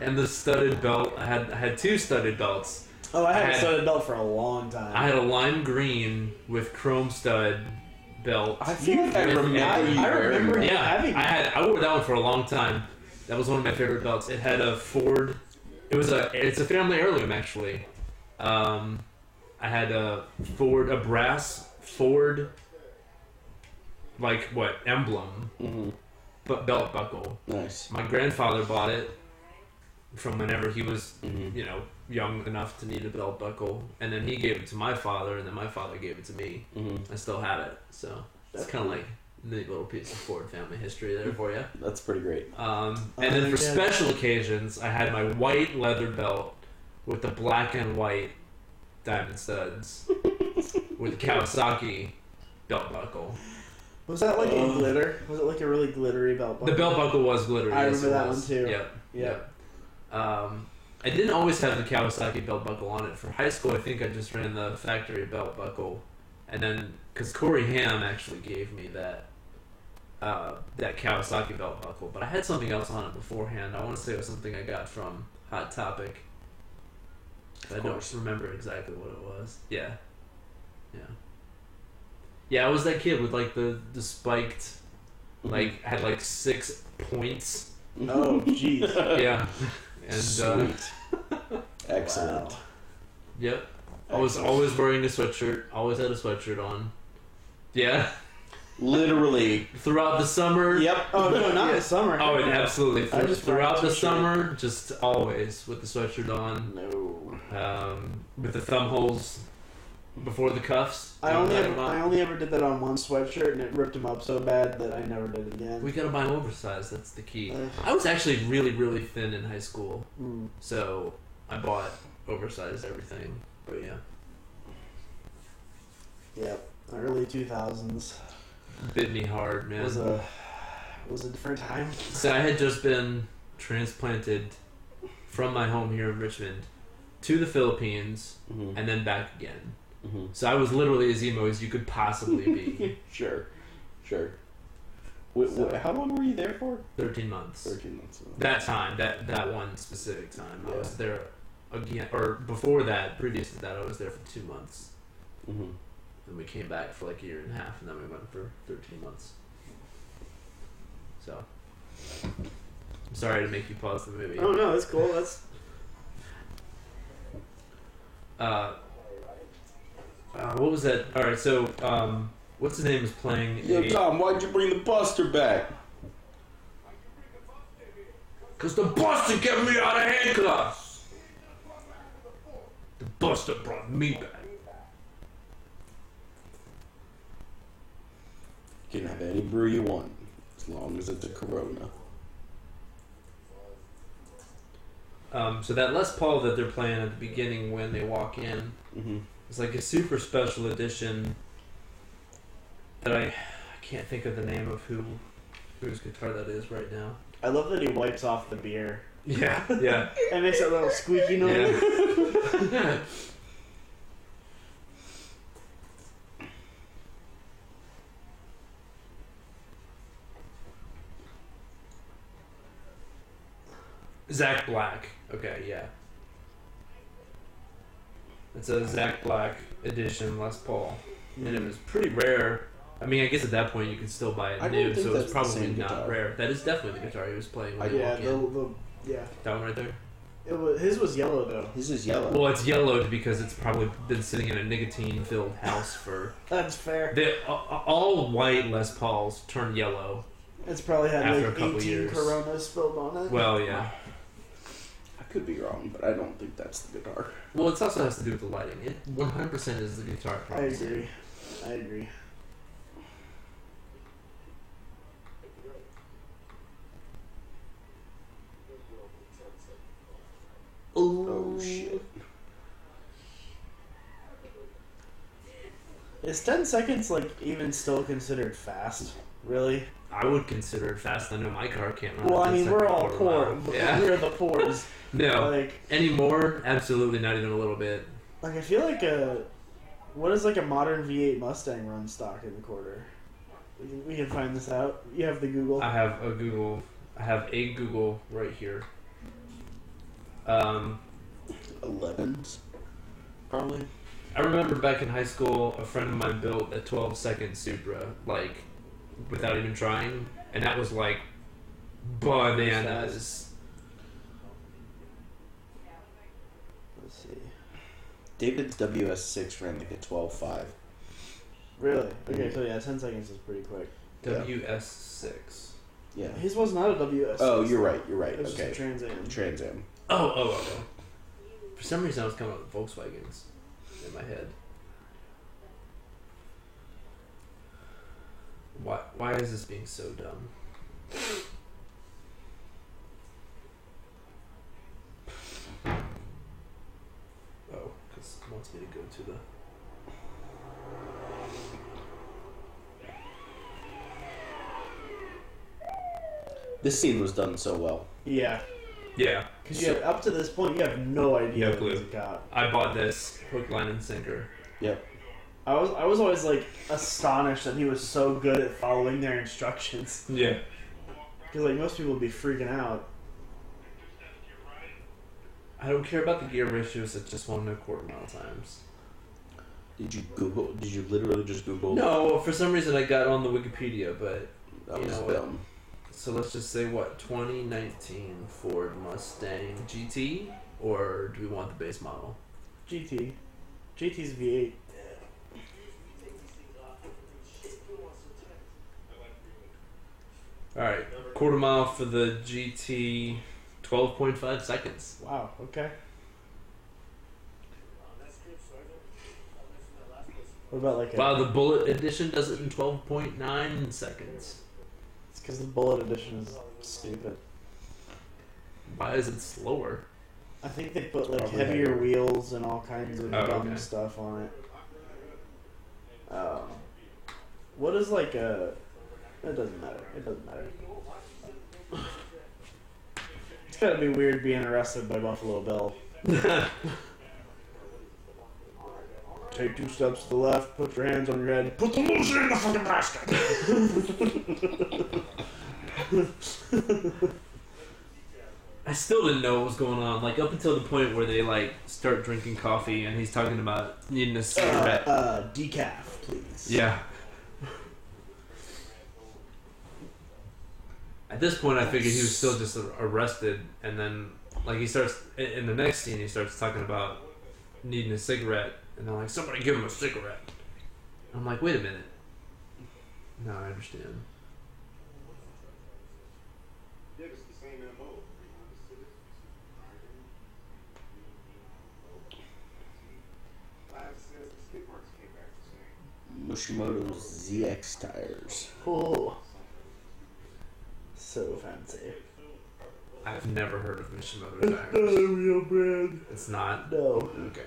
and the studded belt. I had I had two studded belts.
oh, I
I
haven't
had-
said adult for a long time.
I had a lime green with chrome stud belt.
I feel like I
Mm-hmm. You-
remember.
I-
you
I
wearing
remember
that.
it.
yeah,
having
I had I wore that one for a long time. That was one of my favorite belts. It had a Ford. It was a it's a family heirloom actually. Um, I had a Ford a brass Ford like what emblem,
Mhm.
but belt buckle.
Nice.
My grandfather bought it from whenever he was,
Mhm.
you know, young enough to need a belt buckle, and then he gave it to my father, and then my father gave it to me.
Mhm.
I still have it, so it's kind of like a neat little piece of Ford family history there for you.
That's pretty great.
Um, and then for
yeah.
special occasions, I had my white leather belt with the black and white diamond studs with the Kawasaki belt buckle.
Was that like
Uh.
a glitter? Was it like a really glittery belt?
Oh. The
buckle?
belt buckle was glittery.
I
yes,
remember
it
that
was.
one, too.
Yep.
Yeah.
Yep. Um, I didn't always have the Kawasaki belt buckle on it. For high school, I think I just ran the factory belt buckle, and then because Corey Ham actually gave me that uh, that Kawasaki belt buckle, but I had something else on it beforehand. I want to say it was something I got from Hot Topic. But I
Of
don't
course.
remember exactly what it was. Yeah, yeah, yeah. I was that kid with like the the spiked, like had like six points.
Mm-hmm.
Oh, jeez.
Yeah, and. Uh,
Excellent.
Wow.
Yep. I was always wearing a sweatshirt. Always had a sweatshirt on. Yeah.
Literally.
Throughout the summer.
Yep.
Oh no, not the summer.
Oh, and absolutely.
I just wear a
throughout the
t-shirt.
summer, just always with the sweatshirt on,
No.
um, with the thumb holes before the cuffs.
I
You
only
tie
ever,
them up.
I only ever did that on one sweatshirt, and it ripped him up so bad that I never did it again.
We gotta buy them oversized. That's the key.
Ugh.
I was actually really, really thin in high school,
Mm.
so I bought oversized everything. But yeah,
Yep, early two thousands
bit me hard, man.
was uh, a was a different time.
So I had just been transplanted from my home here in Richmond to the Philippines
Mm-hmm.
and then back again.
Mm-hmm.
So I was literally as emo as you could possibly be.
Sure, sure. Wait,
So-
wait, how long were you there for?
Thirteen months.
Thirteen months. ago.
That time, that that one specific time, I was there again, or before that, previous to that, I was there for two months.
Mhm.
And we came back for like a year and a half, and then we went for 13 months. So. I'm sorry to make you pause the movie.
Oh no, that's cool. That's
Uh, uh, what was that? Alright, so, um, what's his name is playing
Yo,
a.
Tom, why'd you bring the Buster back?
Because the Buster kept me out of handcuffs! The Buster brought me back.
You can have any brew you want, as long as it's a Corona.
Um, so that Les Paul that they're playing at the beginning when they walk in,
Mm-hmm.
It's like a super special edition that I, I can't think of the name of who whose guitar that is right now.
I love that he wipes off the beer
Yeah, yeah,
and makes that little squeaky noise.
yeah. Zach Black. Okay, yeah. It's a Zach Black edition Les Paul and it was pretty rare. I mean, I guess at that point you could still buy it
I don't
new,
think
so
that's the
it's probably
same
not
guitar.
rare. That is definitely the guitar he was playing when
I-
he
Yeah,
walked
the,
in.
the yeah.
That one right there.
It was, his was yellow though.
His is yellow.
Well, it's yellowed because it's probably been sitting in a nicotine-filled house for.
That's fair.
They, a- a- all white Les Pauls turn yellow.
It's probably had
After a
like
couple
eighteen
years.
Coronas spilled on it.
Well, yeah.
I could be wrong, but I don't think that's the guitar.
Well, it also has to do with the lighting. It 100% is the guitar.
I
probably.
agree. I agree.
Oh shit!
Is ten seconds like even still considered fast? Really?
I would consider it fast. I know my car can't run.
Well,
a
I mean,
ten-second
we're all
quarter
poor.
mile.
but
Yeah.
We're the poors.
No.
Like,
Anymore? Absolutely not even a little bit.
like I feel like a what is like a modern V8 Mustang run stock in the quarter? We can, we can find this out. You have the Google.
Uh,
I have a Google. I have a Google right here. Um,
Elevens, probably.
I remember back in high school, a friend of mine built a 12 second Supra, like, without even trying, and that was like bananas.
Let's see.
David's WS6 ran like a 12.5.
Really? Okay, so yeah, ten seconds is pretty quick.
Yeah.
WS6.
Yeah.
His was not a WS.
Oh, you're right. You're right.
It was
Okay.
just a Trans Am.
Trans Am.
Oh, oh, oh, oh. For some reason, I was coming up with Volkswagens in my head. Why, why is this being so dumb? Oh, because it wants me to go to the.
This scene was done so well.
yeah,
Yeah,
because you have, up to this point you have no idea
No
what he's
clue.
got.
I bought this hook, line, and sinker.
Yep.
I was I was always like astonished that he was so good at following their instructions.
Yeah.
Because like most people would be freaking out.
I don't care about the gear ratios, I just want to know quarter mile times.
Did you Google? Did you literally just Google?
No, for some reason I got on the Wikipedia, but
That
You
was
know what?
dumb.
so let's just say what 2019 Ford Mustang GT, or do we want the base model?
GT, GT's V8.
All right, quarter mile for the GT, 12.5 seconds.
Wow. Okay. What about like a?
Wow, the bullet edition does it in 12.9 seconds.
It's because the bullet edition is stupid.
Why is it slower?
I think they put like
Probably
heavier
heavier.
wheels and all kinds of
Oh,
dumb
okay.
stuff on it. Um, what is like a? It doesn't matter. It doesn't matter. It's gotta be weird being arrested by Buffalo Bill. Take two steps to the left. Put your hands on your head. Put the loser in the fucking basket.
I still didn't know what was going on. Like up until the point where they like start drinking coffee and he's talking about needing a
Uh,
cigarette.
uh, decaf, please.
yeah. At this point, I figured he was still just arrested, and then like he starts in- in the next scene, he starts talking about needing a cigarette, and they're like, "Somebody give him a cigarette." I'm like, "Wait a minute." No, I understand.
Mushimoto ZX tires.
Oh. So fancy.
I've never heard of Mishimoto
Not
tires.
a real brand.
It's not
No.
okay.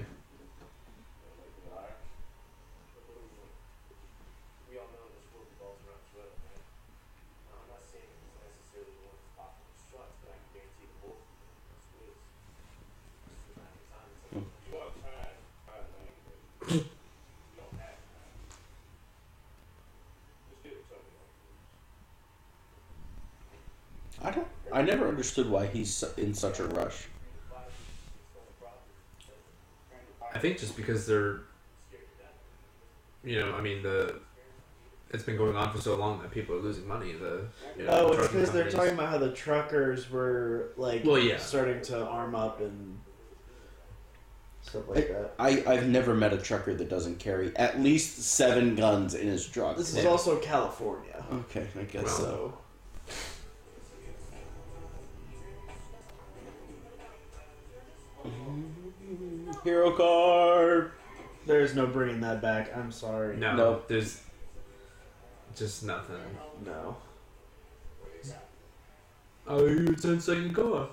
I don't. I never understood why he's su- in such a rush.
I think just because they're, you know, I mean the, it's been going on for so long that people are losing money. The you know,
Oh, it's
trucking
because they're
companies.
talking about how the truckers were like
Well, yeah.
starting to arm up and stuff like that.
I I've never met a trucker that doesn't carry at least seven guns in his truck.
This is
Yeah.
also California,
okay. I guess
Well,
so.
so
Hero car.
there is no bringing that back. I'm sorry.
No,
No.
there's just nothing.
No.
Oh, you ten second car.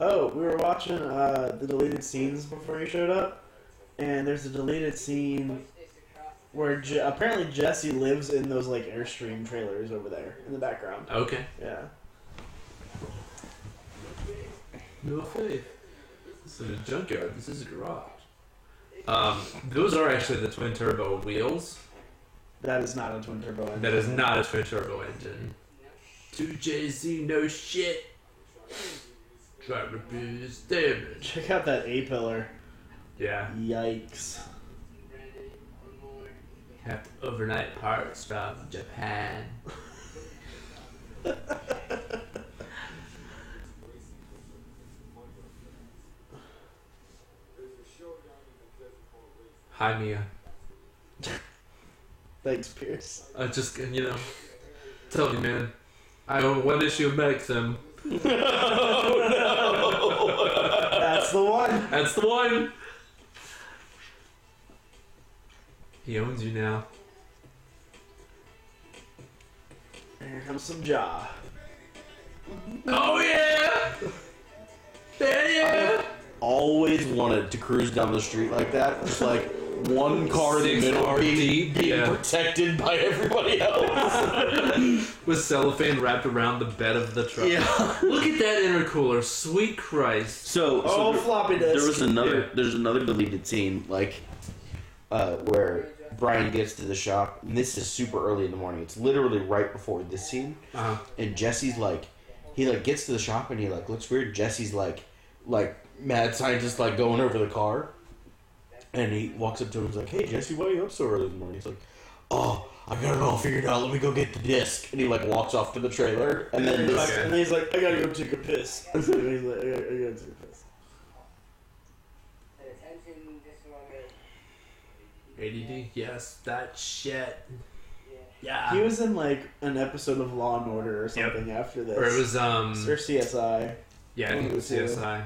Oh, we were watching uh, the deleted scenes before you showed up, and there's a deleted scene where Je- apparently Jesse lives in those like airstream trailers over there in the background.
Okay.
Yeah.
No faith. This is a junkyard. This is a garage. Um, those are actually the twin turbo wheels.
That is not a twin turbo engine.
That is not a twin turbo engine. 2JZ, no shit. Try to repair this damage.
Check out that A pillar.
Yeah.
Yikes.
Have overnight parts from Japan. Hi, Mia.
Thanks, Pierce.
I just, you know, tell you, man. I own one issue of Maxim.
That's the one.
That's the one. He owns you now.
Here comes some jaw.
Oh yeah! Yeah, yeah!
Always wanted to cruise down the street like that. It's like one car in the
Six
middle
car
being,
deep,
being
yeah.
protected by everybody else.
With cellophane wrapped around the bed of the truck.
yeah.
Look at that intercooler, sweet Christ.
So, so
Oh,
there-
floppy disk.
There was another.
Yeah.
There's another deleted scene like uh, where Brian gets to the shop, and this is super early in the morning. It's literally right before this scene,
Uh,
and Jesse's like, he like gets to the shop and he like looks weird. Jesse's like, like mad scientist like going over the car, and he walks up to him. He's like, "Hey Jesse, why are you up so early in the morning?" He's like, "Oh, I got it all figured out. Let me go get the disc." And he like walks off to the trailer, and then
And,
this,
Okay.
he's like, I gotta go take a piss. And he's like, I gotta, I gotta take a piss.
Attention, this is what I'm
ADD, yes, that shit.
Yeah.
Yeah.
He was in like an episode of Law and Order or something after this.
or it was, um,
or CSI.
uh,
yeah, I think it was CSI.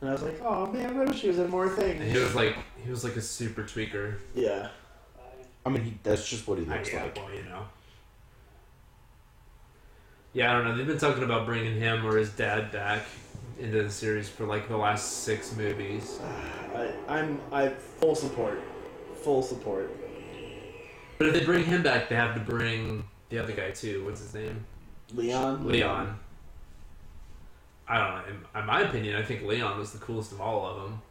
And I was like, oh man, I wish she was in more
And
things.
he was like he was like a super tweaker.
Yeah.
I mean, he, that's just what he
I
looks
yeah,
like.
well, you know. Yeah, I don't know. They've been talking about bringing him or his dad back into the series for like the last six movies.
I, I'm I full support, full support.
But if they bring him back, they have to bring the other guy too. What's his name?
Leon.
Leon. I don't know. In, in my opinion, I think Leon was the coolest of all of them.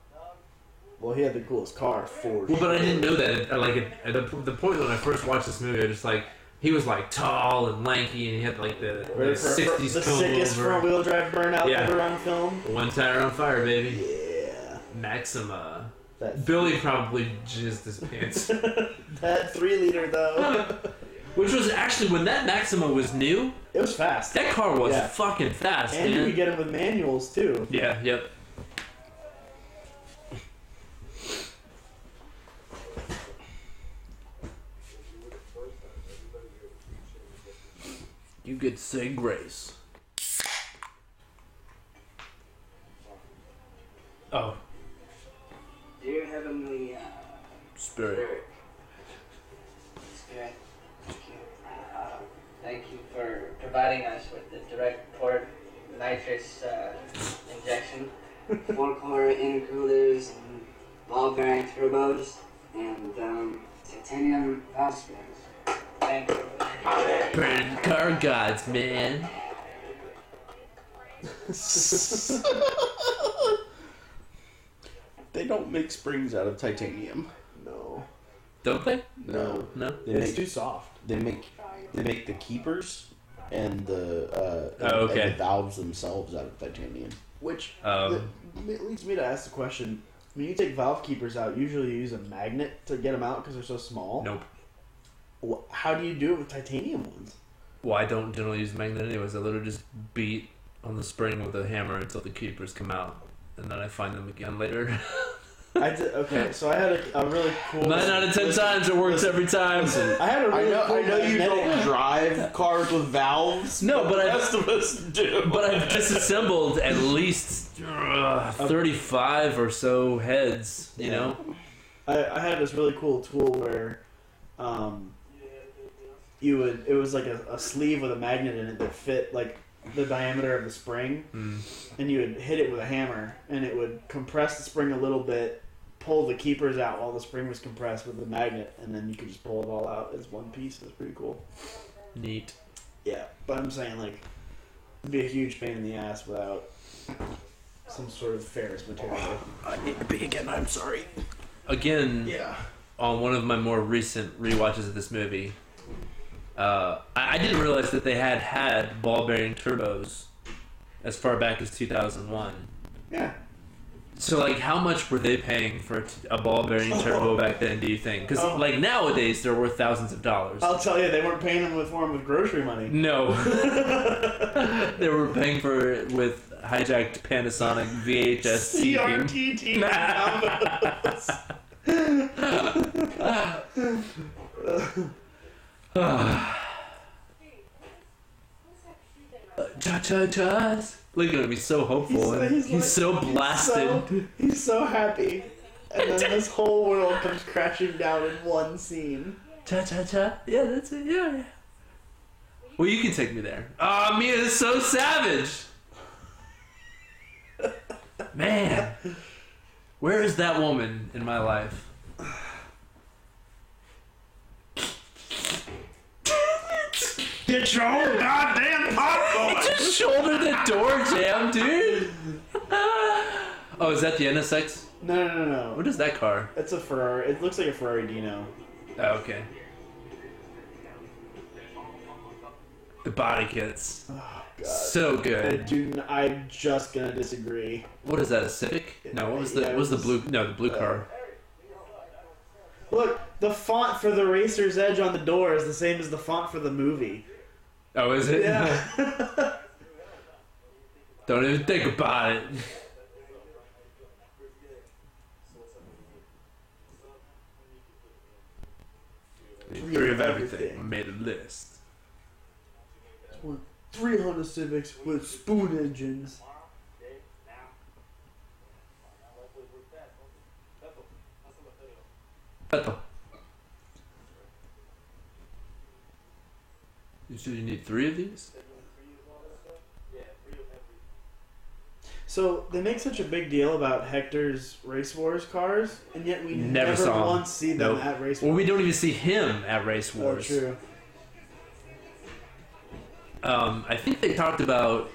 Well, he had the coolest car for.
Well,
sure.
but I didn't know that. I- Like at, at the, the point when I first watched this movie, I just like he was like tall and lanky, and he had like the, the
Ready for- for-
'60s
the
comb
sickest
over.
front wheel drive burnout
Yeah.
ever on film.
One tire on fire, baby.
Yeah.
Maxima.
That
Billy probably jizzed his pants.
that three liter though,
Which was actually when that Maxima was new,
it was fast.
that car was
Yeah.
fucking fast,
And you
man.
could get them with manuals too.
yeah, yep. You get say grace. Oh,
Dear Heavenly uh,
spirit.
Spirit, Spirit, thank you. Uh, thank you for providing us with the direct port nitrous uh, injection, four core intercoolers, and ball bearing turbos, and um, titanium valve springs. Thank you.
Burn car gods, man.
They don't make springs out of titanium.
No,
Don't they?
No,
No.
they
it's
make
too soft.
they make they make the keepers and the uh,
Oh,
and- and
okay.
the valves themselves out of titanium.
Which
Um,
it leads me to ask the question: When you take valve keepers out, usually you use a magnet to get them out because they're so small.
nope.
Wh- How do you do it with titanium ones?
Well, I don't generally use a magnet anyways. I literally just beat on the spring with a hammer until the keepers come out. And then I find them again later.
I did, okay, so I had a, a really cool.
Nine out of ten times it works every time.
I had a
I
really
know,
cool
I know you
magnetic-
don't drive cars with valves.
No, but
the
I-
rest of us do.
But I've disassembled at least uh, 35 or so heads, you know?
I, I had this really cool tool where um, you would it was like a, a sleeve with a magnet in it that fit like the diameter of the spring
Mm.
and you would hit it with a hammer and it would compress the spring a little bit pull the keepers out while the spring was compressed with the magnet and then you could just pull it all out as one piece it's pretty cool
Neat.
yeah but i'm saying like it'd be a huge pain in the ass without some sort of ferrous material
I need to be again. I'm sorry.
Again,
yeah
on one of my more recent rewatches of this movie, uh, I, I didn't realize that they had had ball bearing turbos as far back as 2001.
yeah
So, like, how much were they paying for a t- a ball bearing turbo back then? Do you think? Because
Oh.
like nowadays, they're worth thousands of dollars.
i'll tell you they weren't paying them with form of grocery money
No, they were paying for it with hijacked Panasonic VHS TV.
CRTT combos.
Cha cha chas. Look at him, he's so hopeful.
He's-
and
he's
He's,
like-
so blasted.
So, he's so happy. And then this whole world comes crashing down in one scene.
Cha cha cha. Yeah, that's it. Yeah, yeah. Well, you can take me there. Ah, Mia is so savage. Man, where is that woman in my life?
Get your own goddamn
He
popcorn!
just shouldered the door jam, dude. oh, is that the NSX?
No, no, no, no.
What is that car?
It's a Ferrari. It looks like a Ferrari Dino.
Oh, okay. The body kits.
Oh, God.
So
I
good.
do. n- I'm just gonna disagree.
What is that? A Civic? No. What was the? What was the blue? No, the blue car.
Look, the font for the Racer's Edge on the door is the same as the font for the movie.
Oh, is it?
Yeah.
Don't even think about it. Three of everything. Made a list.
Three Honda Civics with spoon engines.
You said you need three of these?
So they make such a big deal about Hector's race wars cars, and yet we
Never
never,
saw 'em.
once see them
Nope.
at race
Well,
wars.
we don't even see him at Race
Oh,
Wars.
true.
Um, I think they talked about.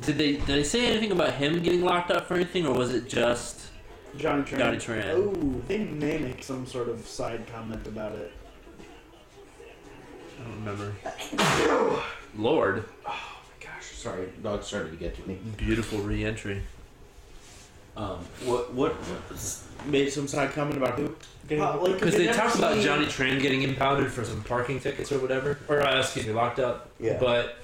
Did they did they say anything about him getting locked up for anything, or was it just
Johnny Tran.
Johnny Tran?
Oh, they may make some sort of side comment about it.
I don't remember. Lord,
Gosh, sorry, dog started to get to me.
beautiful re-entry.
Um, what what made some side comment about who?
Uh, like,
Because they
never
talked about
see-
Johnny Tran getting impounded for some parking tickets or whatever, or uh, excuse me, locked up.
Yeah.
But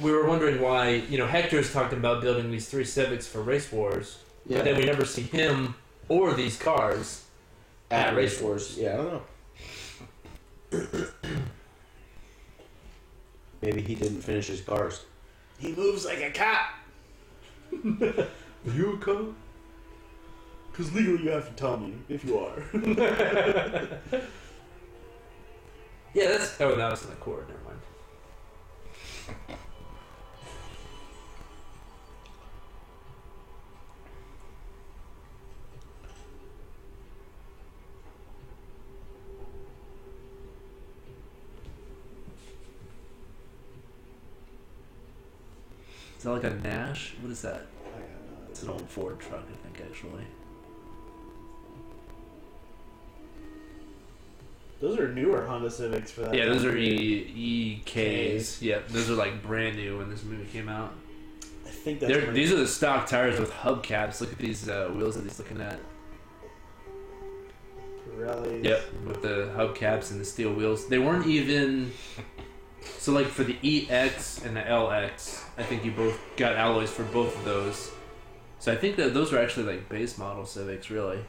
we were wondering why you know Hector's talking about building these three Civics for race wars,
Yeah,
but then we never see him or these cars.
at race wars. Yeah, I don't know. Maybe he didn't finish his cars.
He moves like a cat.
Are you a cop?
Because legally you have to tell me if you are.
Yeah, that's. Oh, that was in the core. Never mind. Is that like a Nash? What is that? It's an old Ford truck, I think, actually.
Those are newer Honda Civics for that.
Yeah, those are E EKs. Yeah, those are like brand new when this movie came out.
I think that's
They're,
pretty-
these are the stock tires with hubcaps. Look at these uh, wheels that he's looking at.
Pirellis.
Yep, with the hubcaps and the steel wheels. They weren't even. So, like for the EX and the LX, I think you both got alloys for both of those. So I think that those are actually like base model Civics, really.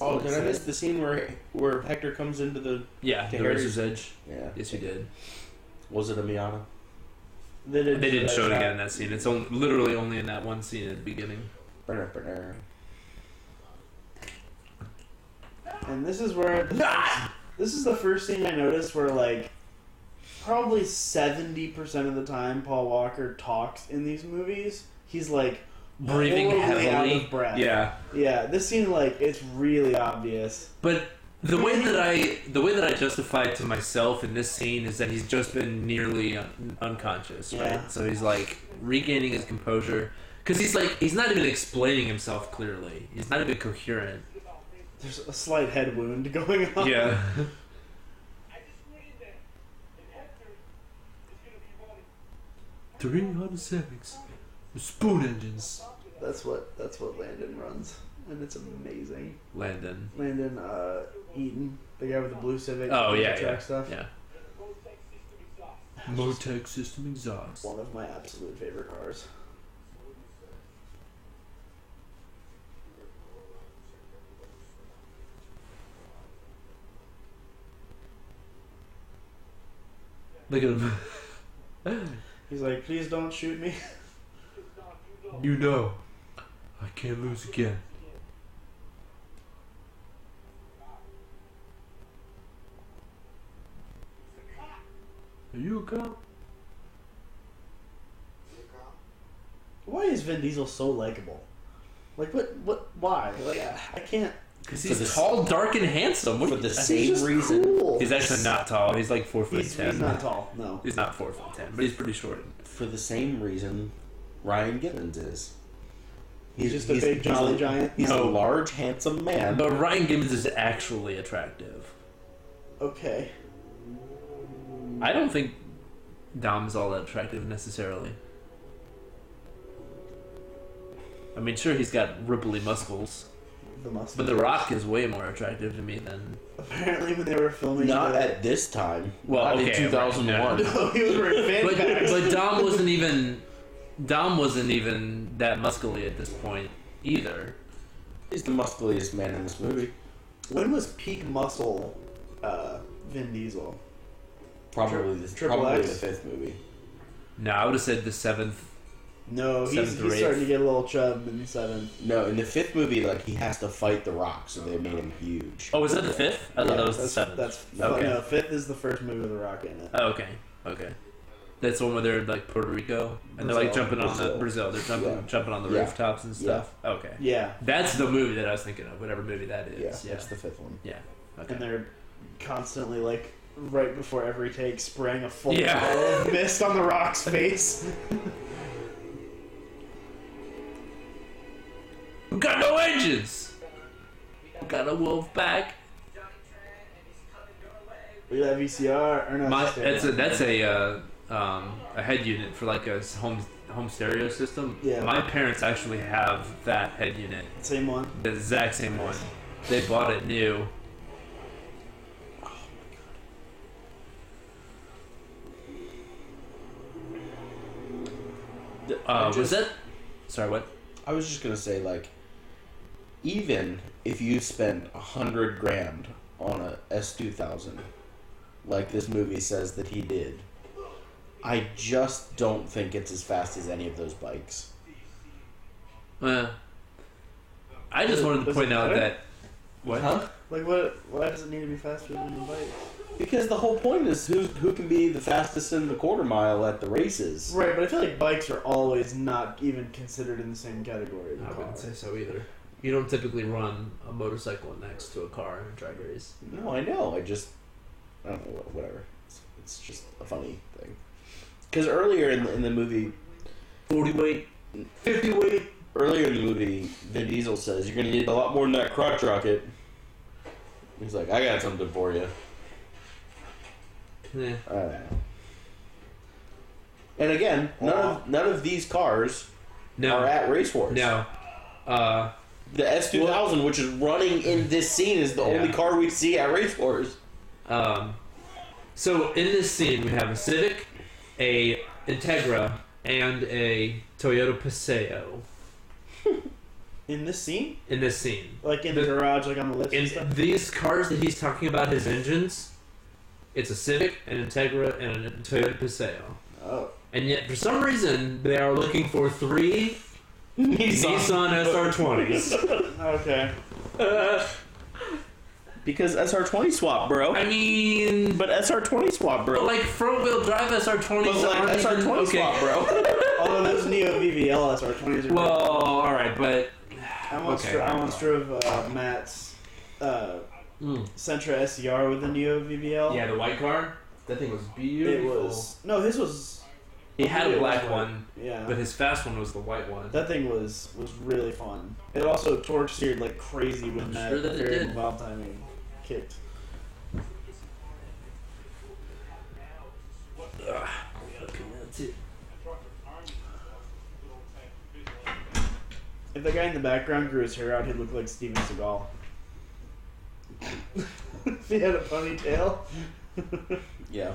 Oh, did I miss the scene where where Hector comes into the?
Yeah,
To
the
Harry's-
Razor's Edge.
Yeah.
Yes, you did.
Was it a Miata?
They didn't,
They didn't show it
that
again in that scene. It's on- literally only in that one scene at the beginning.
Burner, burner.
shot. And this is where this is the first thing I noticed where like probably seventy percent of the time Paul Walker talks in these movies, he's like
Breathing
horribly out
heavily.
of breath.
Yeah.
yeah. This seemed like it's really obvious.
But the way that I the way that I justify it to myself in this scene is that he's just been nearly un- unconscious, right?
Yeah.
So he's like regaining his composure because he's like he's not even explaining himself clearly. He's not even coherent.
There's a slight head wound going on.
Yeah. The ring on the cervix. The spoon engines.
That's what that's what Landon runs, and it's amazing.
Landon.
Landon uh, Eaton, the guy with the blue Civic.
Oh yeah,
track
yeah,
stuff.
yeah. Motec system exhaust.
One of my absolute favorite cars.
Look at him.
He's like, please don't shoot me.
You know, I can't lose again. Are you a cop?
Why is Vin Diesel so likable? Like what? What? Why? Like I, I can't.
Because
For
he's
the s-
tall, dark, and handsome. What
For
do
the
you-
He's
same
just
reason.
cool.
he's actually not tall. He's like four foot
He's,
ten.
he's not tall. No.
He's not four foot ten, but he's pretty short.
For the same reason, Ryan Gibbons is.
He's just a big jolly giant.
He's
No.
a large, handsome man.
But Ryan Gibbons is actually attractive.
Okay.
I don't think Dom's all that attractive necessarily. I mean, sure, he's got ripply muscles.
The muscle.
But The Rock is way more attractive to me than.
Apparently, when they were filming,
Not
the-
at this time.
Well,
not
okay,
in 2001.
No, he was wearing fan
But,
bags.
but Dom wasn't even. Dom wasn't even that muscly at this point either.
He's the muscliest man in this movie.
when was peak muscle? Uh, Vin Diesel.
Probably the
Triple
probably
X.
the fifth movie.
No, I would have said the seventh.
No, he's,
Seventh or
he's
eighth.
starting to get a little chub in seven.
No, in the fifth movie, like he has to fight the Rock, so they made him huge.
Oh, was that the fifth? I thought that was the seventh.
That's
Okay.
no, fifth is the first movie with the rock in it.
Oh, okay. Okay. That's the one where they're in, like Puerto Rico and they're like
Brazil.
jumping on the Brazil. They're jumping
Yeah.
jumping on the
Yeah.
rooftops and stuff. Okay.
Yeah,
That's the movie that I was thinking of, whatever movie that
yeah,
is. Yeah.
that's the fifth one.
Yeah.
and
Okay.
they're constantly like right before every take spraying a full
Yeah.
ball of mist on the rock's face.
We got no engines. We got a wolf back.
Look at that VCR. E Or no,
My,
it's stereo.
that's a that's a uh, um, a head unit for like a s- home home stereo system.
Yeah.
My parents actually have that head unit,
same one.
the exact same one. They bought it new.
I
Uh, was
just-
that? Sorry, what?
I was just gonna say, like, even if you spend a hundred grand on a S two thousand, like this movie says that he did, I just don't think it's as fast as any of those bikes.
Uh, I just wanted to
Does it
point out
matter?
that. What?
Huh?
Like what? Why does it need to be faster than the bike?
Because the whole point is who who can be the fastest in the quarter mile at the races.
Right, but I feel like bikes are always not even considered in the same category. as a
I
car.
wouldn't say so either. You don't typically run a motorcycle next to a car in a drag race.
No, I know. I just I don't know. Whatever. It's, it's just a funny thing. Because earlier in the, in the movie,
40 weight, 50 weight.
earlier in the movie, Vin Diesel says, "You're gonna need a lot more than that crotch rocket." He's like, "I got something for you."
Yeah.
I don't know. And again, none of none of these cars are
No.
at race wars.
No. Uh,
The S two thousand, which is running in this scene, is the
Yeah.
only car we see at race wars.
um, so in this scene, we have a Civic, a Integra, and a Toyota Paseo.
In this scene,
In this scene,
like in the,
The-
garage, like on the lift and
in
stuff.
these cars that he's talking about, his engines, it's a Civic, an Integra, and a Toyota Paseo.
Oh,
And yet, for some reason, they are looking for three
Nissan.
Nissan SR20s.
okay.
Because SR twenty swap, bro.
I mean,
But SR twenty swap,
But
bro.
like front wheel drive SR20s
But like
aren't
SR
even-
twenty
okay.
swap, bro.
Although those Neo VVL SR20s are.
Well, all right, but
I once,
okay.
dro- I once drove uh, Matt's uh, Sentra SCR with a Neo VVL.
hmm. yeah, the white car. That thing was
Oh. it
beautiful.
was. No, his was.
He had a
it
black
was
one,
Yeah.
but his fast one was the white one.
That thing was was really fun. It also torque steered like crazy when
I'm
that
sure that it
variable
did.
valve timing kicked. If the guy in the background grew his hair out, he'd look like Steven Seagal. if he had a ponytail.
yeah.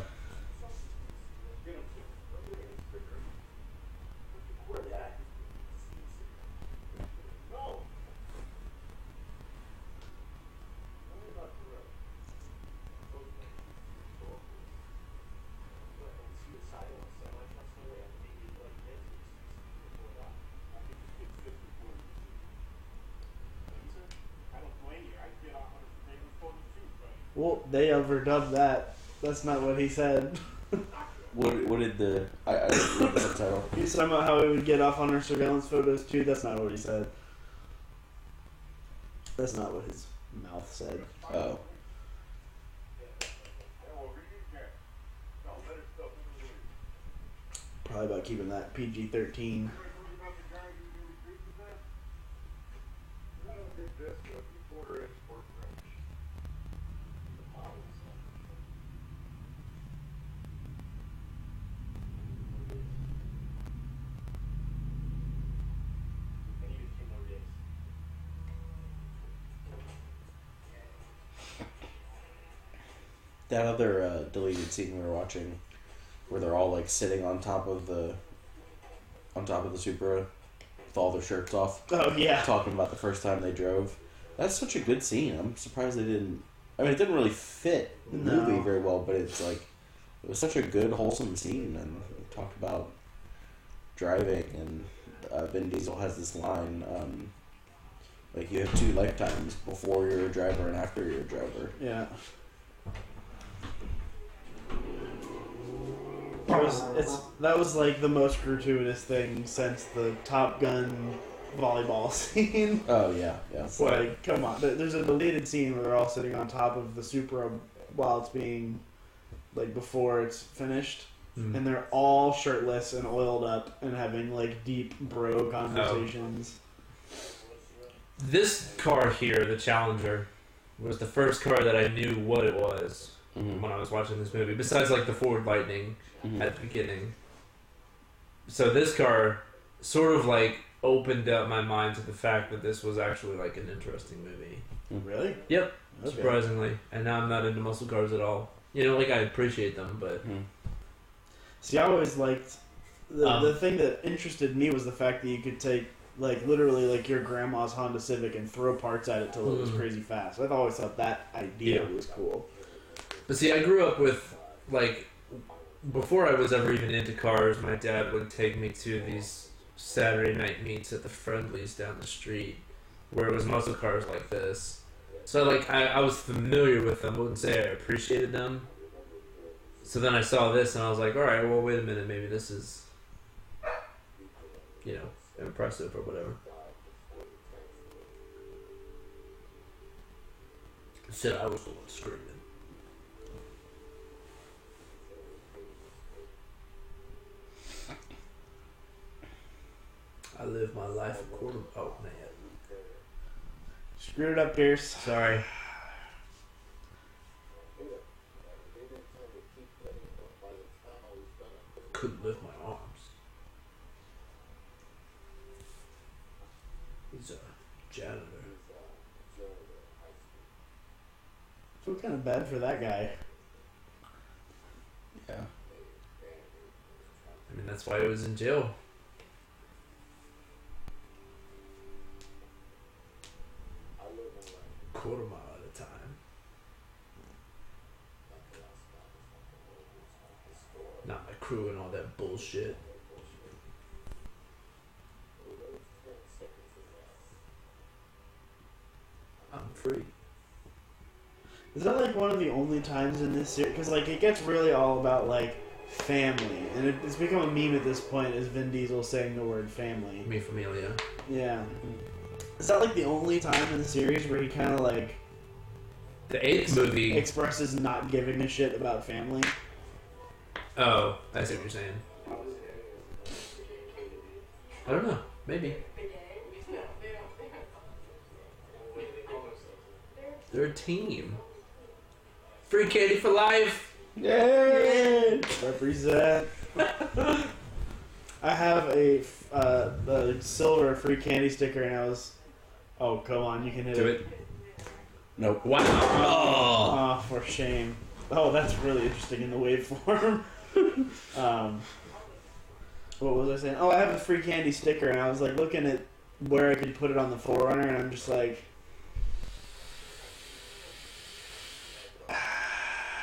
well, they overdubbed that. That's not what he said.
What what did the I, I didn't read the subtitle.
He's talking about how we would get off on our surveillance photos too. That's not what he said. That's not what his mouth said.
Oh.
Probably about keeping that PG thirteen.
That other uh, deleted scene we were watching, where they're all like sitting on top of the, on top of the Supra, with all their shirts off,
Oh yeah.
talking about the first time they drove. That's such a good scene. I'm surprised they didn't. I mean, it didn't really fit the
No.
movie very well, but it's like, it was such a good, wholesome scene, and we talked about driving, and uh, Vin Diesel has this line, um, like you have two lifetimes before you're a driver and after you're a driver.
Yeah. It was, it's, that was like the most gratuitous thing since the Top Gun volleyball scene.
Oh yeah, yeah.
It's like, come on. There- There's a deleted scene where they're all sitting on top of the Supra while it's being, like, before it's finished.
Hmm.
And they're all shirtless and oiled up and having, like, deep bro conversations.
This car here, the Challenger, was the first car that I knew what it was
Hmm.
Mhm.
when I was watching this movie. Besides like the Ford Lightning
Mhm.
at the beginning. So this car sort of like opened up my mind to the fact that this was actually like an interesting movie.
Really?
Yep.
Okay.
Surprisingly, and now I'm not into muscle cars at all. You know, like I appreciate them, but
Mhm.
See, I always liked the,
Um,
the thing that interested me was the fact that you could take like literally like your grandma's Honda Civic and throw parts at it till it was
Mhm.
crazy fast. I've always thought that idea was cool.
But see, I grew up with like before I was ever even into cars. My dad would take me to these Saturday night meets at the Friendlies down the street, where it was muscle cars like this. So like I, I was familiar with them. I wouldn't say I appreciated them. So then I saw this and I was like, all right, well wait a minute, maybe this is, you know, impressive or whatever. Shit, I was the one screaming. I live my life a quarter. Oh man,
Screwed it up, Pierce.
sorry. Couldn't lift my arms. He's a janitor.
Feel kind of bad for that guy.
Yeah.
I mean, that's why he was in jail. Quarter mile at a time. Not my crew and all that bullshit. I'm free.
Is that like one of the only times in this series? Because like it gets really all about like family, and it, it's become a meme at this point. Is Vin Diesel saying the word family?
Me familia.
Yeah. Is that like the only time in the series where he kind of like
The eighth movie.
expresses not giving a shit about family?
Oh, I see what you're saying. I don't know. Maybe. They're a team. Free candy for life.
Yay! Represent. I have a uh, the silver free candy sticker, and I was, oh come on, you can hit
Do it.
Nope.
Wow. Oh.
Ah, for shame. Oh, that's really interesting in the waveform. um, what was I saying? Oh, I have a free candy sticker, and I was like looking at where I could put it on the Forerunner, and I'm just like,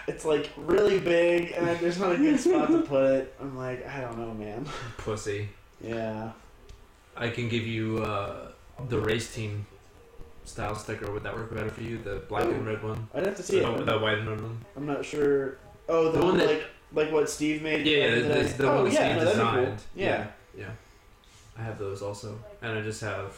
it's like really big, and then there's not a good spot to put it. I'm like, I don't know, man.
Pussy.
Yeah.
I can give you uh, the race team style sticker. Would that work better for you? The black and red one.
I'd have to see
The one
it.
with that white and red one.
I'm not sure. Oh, the,
The
one
one that-
like like what Steve made.
Yeah, yeah,
back in
that's
day?
the
oh,
one that
yeah,
Steve
no, that'd be cool.
designed.
yeah.
Yeah. I have those also, and I just have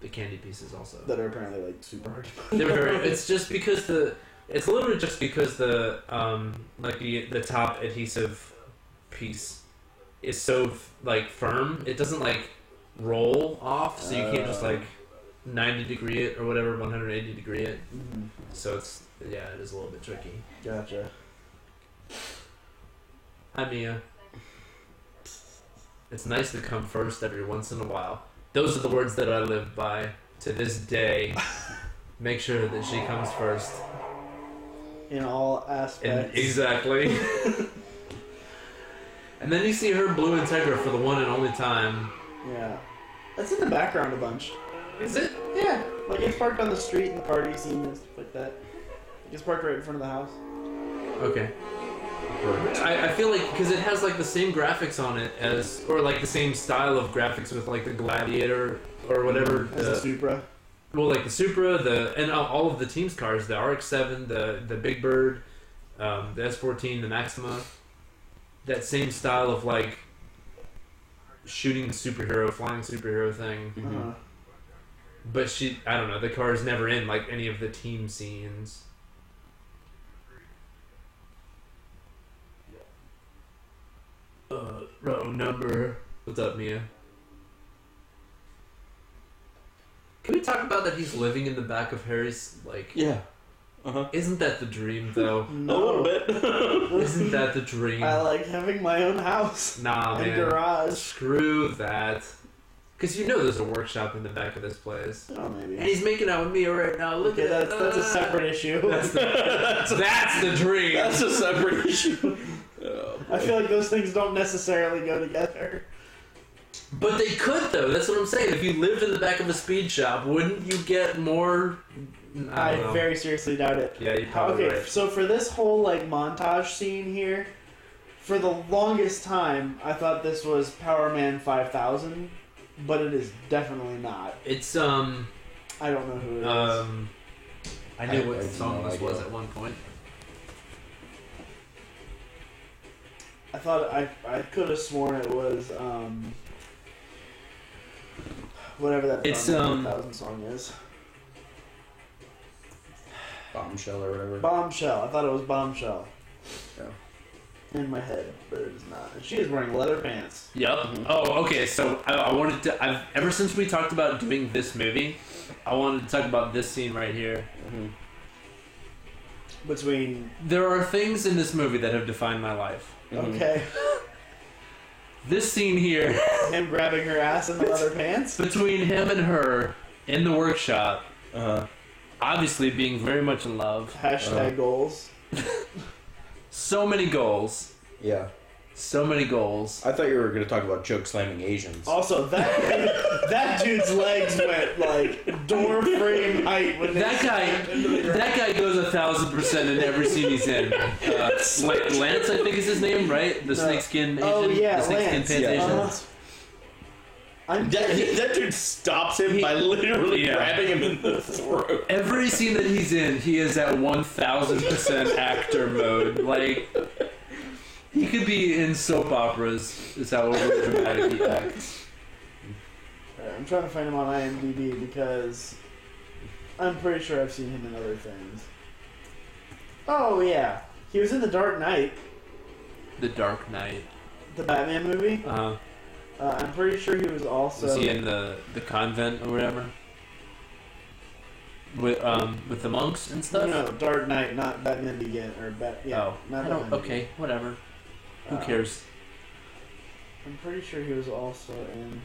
the candy pieces also.
that are apparently like super hard to put.
They're very. It's just because the. It's literally just because the um like the the top adhesive piece is so like firm. It doesn't like roll off, so you can't just like ninety degree it or whatever, one hundred eighty degree it. So it's yeah, it is a little bit tricky.
Gotcha.
Hi Mia. It's nice to come first every once in a while. Those are the words that I live by to this day. Make sure that she comes first.
In all
And
aspects.
exactly. and then you see her blue Integra for the one and only time.
yeah. That's in the background a bunch.
Is it?
Yeah. Like it's parked on the street in the party scene and stuff like that. It's parked right in front of the house.
Okay.
Or,
I, I feel like because it has like the same graphics on it as, or like the same style of graphics with like the Gladiator or whatever.
As a
the-
Supra.
well, like the Supra, the and all- all of the team's cars, the RX-7, the the Big Bird, um, the S14, the Maxima, that same style of like shooting superhero, flying superhero thing.
Mhm.
Uh,
But she, I don't know, the car is never in like any of the team scenes. Uh, row number. What's up, Mia? Can we talk about that he's living in the back of Harry's, like,
Yeah. Uh huh.
isn't that the dream, though?
A
no.
little bit.
isn't that the dream?
I like having my own house
nah,
and
man.
garage.
Screw that. Because you know there's a workshop in the back of this place.
Oh,
And
maybe.
he's making out with Mia right now. Look
Okay,
at that.
that's, that's a separate issue.
That's the,
that's, a,
that's the dream.
that's a separate issue. Oh,
I feel like those things don't necessarily go together.
But they could though. That's what I'm saying. If you lived in the back of a speed shop, wouldn't you get more? I
I,
don't know.
very seriously doubt it.
yeah, you probably
Okay,
right.
so for this whole like montage scene here, for the longest time I thought this was Power Man 5000, but it is definitely not.
It's um
I don't know who it is.
um. I
I-
knew what
I have
song
no
this was
idea.
at one point.
I thought I I could have sworn it was um whatever that
It's,
Power Man
um,
5000 song is.
Bombshell or whatever.
Bombshell. I thought it was Bombshell.
Yeah.
In my head, but it is not. And she is wearing leather pants.
Yep. Oh, okay. So I, I wanted to. I've ever since we talked about doing this movie, I wanted to talk about this scene right here.
Mhm.
Between
There are things in this movie that have defined my life.
Mhm.
okay,
This scene here,
him grabbing her ass in the leather pants.
between him and her in the workshop,
Uh-huh.
obviously being very much in love.
Hashtag goals.
So many goals.
Yeah.
So many goals.
I thought you were going to talk about choke slamming Asians.
Also, that dude, that dude's legs went like door frame height when they
That guy-
into the ground.
That guy goes a thousand percent in every scene he's in. Uh, Lan- Lance, I think is his name, right?
No.
The snakeskin Asian.
Oh, yeah,
the snakeskin
Lance,
pants
yeah.
Asian.
Uh-huh. I'm
That,
dead.
that dude stops him
He-
by literally
Yeah.
grabbing him in the throat.
Every scene that he's in, he is at one thousand percent actor mode. Like he could be in soap operas. Is how overly dramatic he acts.
I'm trying to find him on IMDb because I'm pretty sure I've seen him in other things. Oh yeah, he was in the Dark Knight,
The Dark Knight.
the Batman movie.
Uh,
Uh, I'm pretty sure he was also.
was he in the the convent or whatever? With um with the monks and
no,
stuff.
no, Dark Knight, not Batman Begin or Bat. Yeah,
oh,
not
I don't,
Batman
okay, whatever. Who
Uh,
cares?
I'm pretty sure he was also in.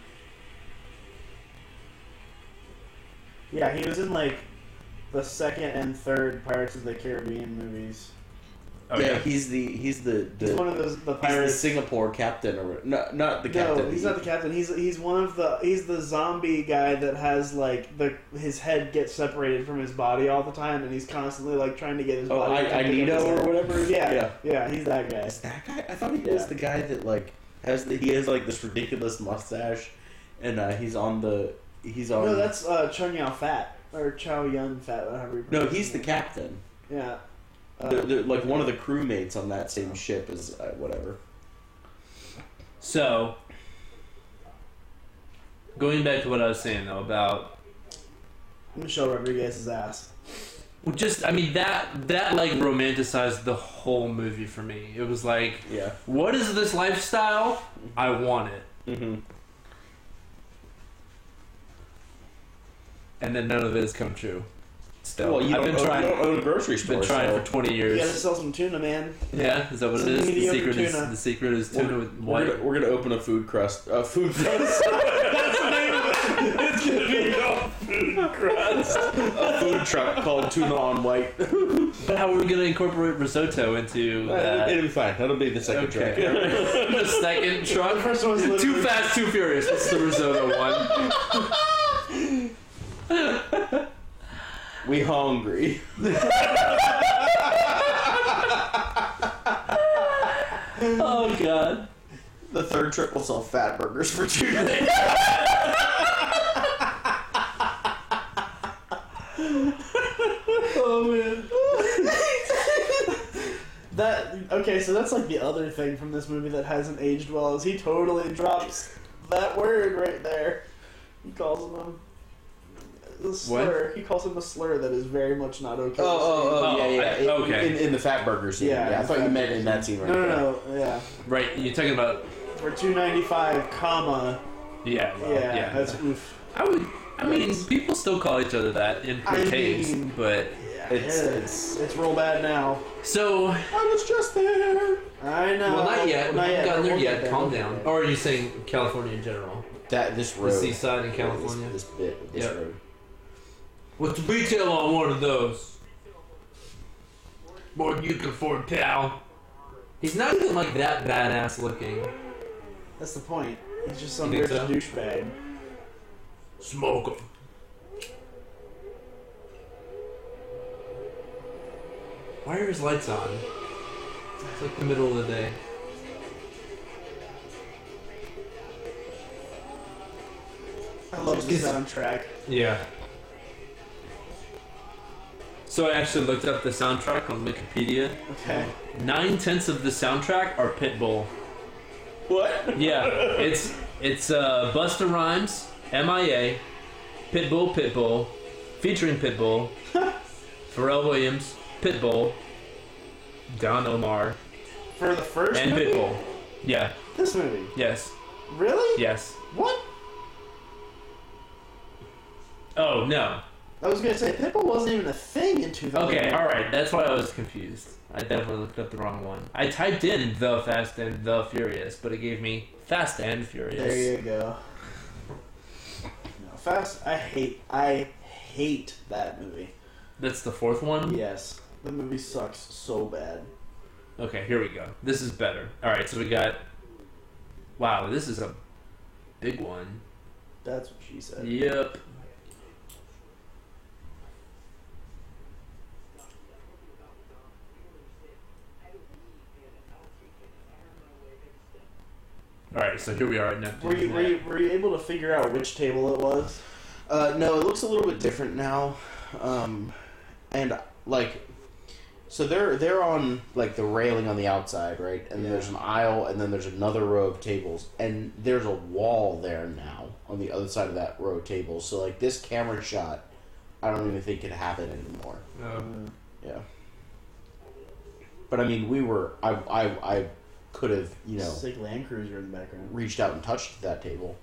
Yeah, he was in like the second and third Pirates of the Caribbean movies.
Oh
yeah,
yeah.
he's the he's the the,
He's one of those the
he's the
pirates.
Singapore captain or no, not the captain.
No, he's not the captain. He's he's one of the he's the zombie guy that has like the his head gets separated from his body all the time, and he's constantly like trying to get his
Oh,
body.
I, I
back
need
into his
or
head.
whatever.
Yeah,
yeah.
yeah, he's that guy.
Is that guy? I thought he was
Yeah.
the guy that like has the, he has like this ridiculous mustache, and uh, he's on the he's on.
no, that's uh, Chun Yao Fat or Chow Yun Fat. Whatever you
no,
pronounce
he's
his
the
name.
captain.
Yeah. Uh,
They're- they're, like one of the crewmates on that same ship is uh, whatever.
So, going back to what I was saying though about
Michelle Rodriguez's ass.
well, just I mean that that like romanticized the whole movie for me. It was like,
Yeah.
what is this lifestyle? I want it,
Mm-hmm.
and then none of it has come true. Still,
Well, you don't,
I've been
own,
trying.
you don't own a grocery
been
store.
trying
so
for 20
You gotta
years.
sell some tuna, man.
Yeah, is that what it
Some
is? The
mediocre
secret is
tuna.
the secret is
We're-
tuna with
We're
white.
gonna, we're gonna open a food crust. Uh, food crust. That's the name of it. It's gonna be a food crust. A food truck called Tuna on White.
But how are we gonna incorporate risotto into
Uh,
that?
it'll be fine. That'll be the second track.
Okay. the
The
second truck.
first one was
Too
literally-
fast, too furious. What's the risotto one?
we hungry.
Oh god.
The third trip will sell fat burgers for two days.
Oh man.
That okay, so that's like the other thing from this movie that hasn't aged well is he totally drops that word right there. He calls him a, a slur. He calls him a slur that is very much not okay. to say.
oh, yeah, yeah. In-
okay.
In, in the fat burger scene.
Yeah,
Yeah,
in
I
the
thought you
fat
meant
burger
in that scene right
No,
there.
no, no, yeah.
right, you're talking about
For two ninety five, comma,
yeah, well,
yeah,
yeah.
that's oof.
I would. I mean, people still call each other that in poor
I
taste,
mean-
but
Yeah,
It's-
it's it's real bad now.
so
I was just there.
I know.
Well, not yet. We
Uh, Not
haven't
yet.
gotten there
We'll get
yet. Calm
We'll get
down.
there.
Or are you saying California in general?
That this
The
road.
seaside in
This-
California?
This, bit. This
Yep.
road.
What's the retail on one of those? More than you can afford, pal. He's not even like that badass looking.
That's the point. He's just some
You
weird
think so?
douchebag.
Smoke 'em. Why are his lights on? It's like the middle of the day.
I love the
Is-
soundtrack.
Yeah.
so I actually looked up the soundtrack on Wikipedia.
Okay.
Nine tenths of the soundtrack are Pitbull.
What?
Yeah, it's it's uh, Busta Rhymes, M.I.A., Pitbull, Pitbull, featuring Pitbull, Pharrell Williams, Pitbull, Don Omar,
For the first
and
movie?
Pitbull. Yeah.
This movie.
Yes.
Really?
Yes.
What?
Oh no.
I was gonna say Pitbull wasn't even a thing in 2000.
Okay. All right. That's why I was confused. I definitely looked up the wrong one. I typed in the Fast and the Furious, but it gave me Fast and Furious.
There you go. No, Fast. I hate. I hate that movie.
That's the fourth one.
Yes, the movie sucks so bad.
Okay, here we go. This is better. All right, so we got. Wow, this is a big one.
That's what she said.
Yep. All right, so here we are at
Were you,
Neptune.
were you were you able to figure out which table it was?
Uh, no, it looks a little bit different now, um, and like, so they're they're on like the railing on the outside, right? And there's an aisle, and then there's another row of tables, and there's a wall there now on the other side of that row of tables. So like this camera shot, I don't even think it happened anymore.
Mm.
Yeah. But I mean, we were I I I could have you know
It's like Land Cruiser in the background.
reached out and touched that table.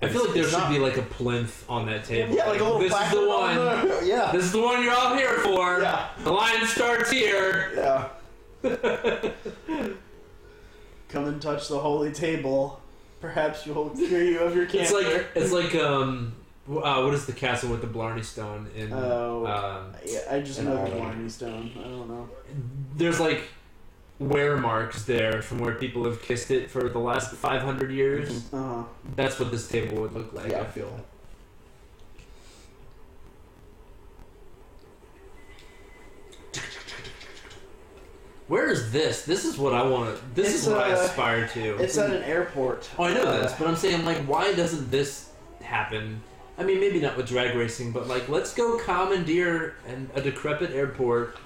I feel like there
It's
should
not-
be like a plinth on that table.
Yeah, like a little
this is
placard
the
on
one.
there. Yeah.
This is the one you're all here for.
Yeah.
The line starts here.
Yeah. Come and touch the holy table. Perhaps you'll cure you of your
It's
cancer.
like it's like um, w- uh, what is the castle with the Blarney Stone in?
Oh.
um,
Yeah, I just
An
know the
island.
Blarney Stone. I don't know.
there's like wear marks there from where people have kissed it for the last 500 years.
Uh-huh.
That's what this table would look like. I
Yeah.
feel. Where is this? This is what I want to. This
It's,
is what I
uh,
aspire to.
It's at an airport.
Oh, I know
Uh,
this, but I'm saying like, why doesn't this happen? I mean, maybe not with drag racing, but like, let's go commandeer and a decrepit airport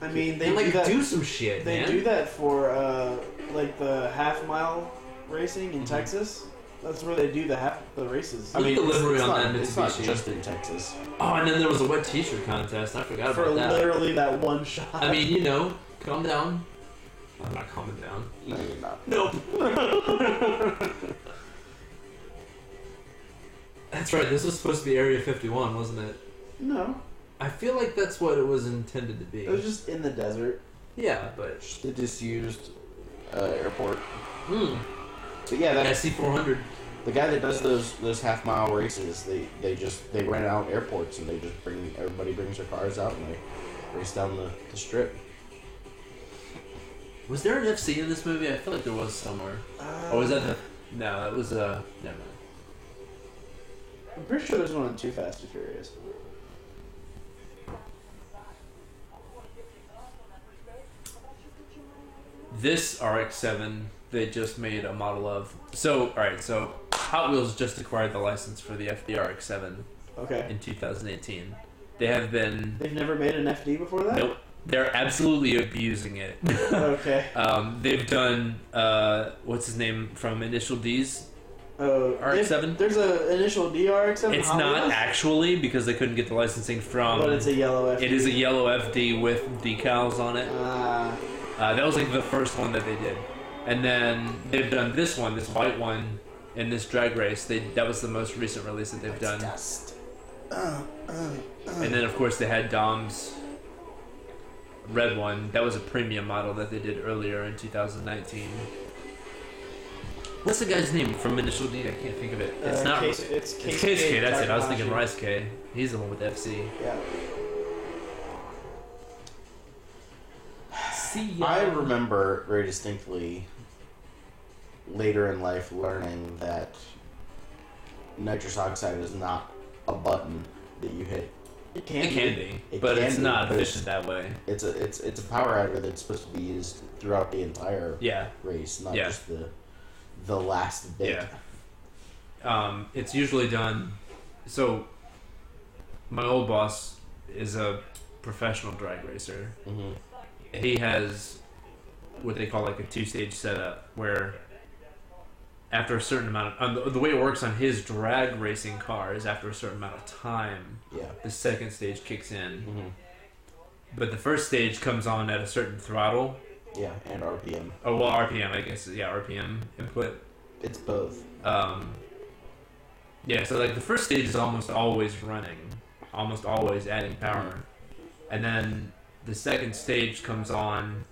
I mean, they
and like
do that.
some shit,
they
man.
do that for uh, like the half mile racing in Texas. That's where they do the half the races.
Mm-hmm. I mean,
it's-
delivery
it's
on
not-
that
It's not
Mitsubishi.
just in Texas.
Oh, and then there was a wet T-shirt contest. I forgot
for
about that.
literally that one shot.
I mean, you know, calm down. I'm not calming down.
No, you're not.
Nope. that's right. This was supposed to be Area 51, wasn't it?
no,
I feel like that's what it was intended to be.
it was just in the desert.
yeah, but
Just the disused uh, airport.
mm,
But yeah, that,
SC 400.
the guy that does those those half mile races, they they just they rent out airports and they just bring everybody brings their cars out and they race down the, the strip.
Was there an FC in this movie? I feel like there was somewhere.
Uh,
Or was that the? No, that was uh. Never mind.
I'm pretty sure there's one in Too Fast and Furious.
This RX-7 they just made a model of. So, all right, so Hot Wheels just acquired the license for the FDRX-7
Okay.
in 2018. They have been
They've never made an FD before that?
nope. They're absolutely abusing it.
Okay.
um, they've done uh, what's his name from Initial D's
Uh,
RX-7?
There's a initial DRX7.
It's
Hot
not
Wheels,
actually because they couldn't get the licensing from.
But it's a yellow FD.
It is a yellow FD with decals on it.
Ah,
Uh, that was like the first one that they did, and then they've done this one, this white one, and this drag race. They that was the most recent release that they've done.
dust.
And then of course they had Dom's red one. That was a premium model that they did earlier in 2019. What's the guy's name from Initial D? I can't think of it. It's
Uh,
not.
Case, it's
it's
Case,
Case K. That's it. I was
Takahashi.
thinking Rice K. He's the one with FC.
Yeah.
See
I remember very distinctly later in life learning that nitrous oxide is not a button that you hit.
It
It
can be.
can be,
It
but
can
it's
be,
not
but
efficient that way.
It's a it's it's a power adder that's supposed to be used throughout the entire
Yeah.
race, not
Yeah.
just the the last bit.
Yeah. um, it's usually done. So, my old boss is a professional drag racer.
Mhm.
He has what they call like a two stage setup where after a certain amount of on the, the way it works on his drag racing car is after a certain amount of time
Yeah.
the second stage kicks in
Mhm.
but the first stage comes on at a certain throttle
Yeah, and RPM.
oh well rpm i guess yeah rpm input
It's both.
Um, yeah, so like the first stage is almost always running, almost always adding power, and then the second stage comes on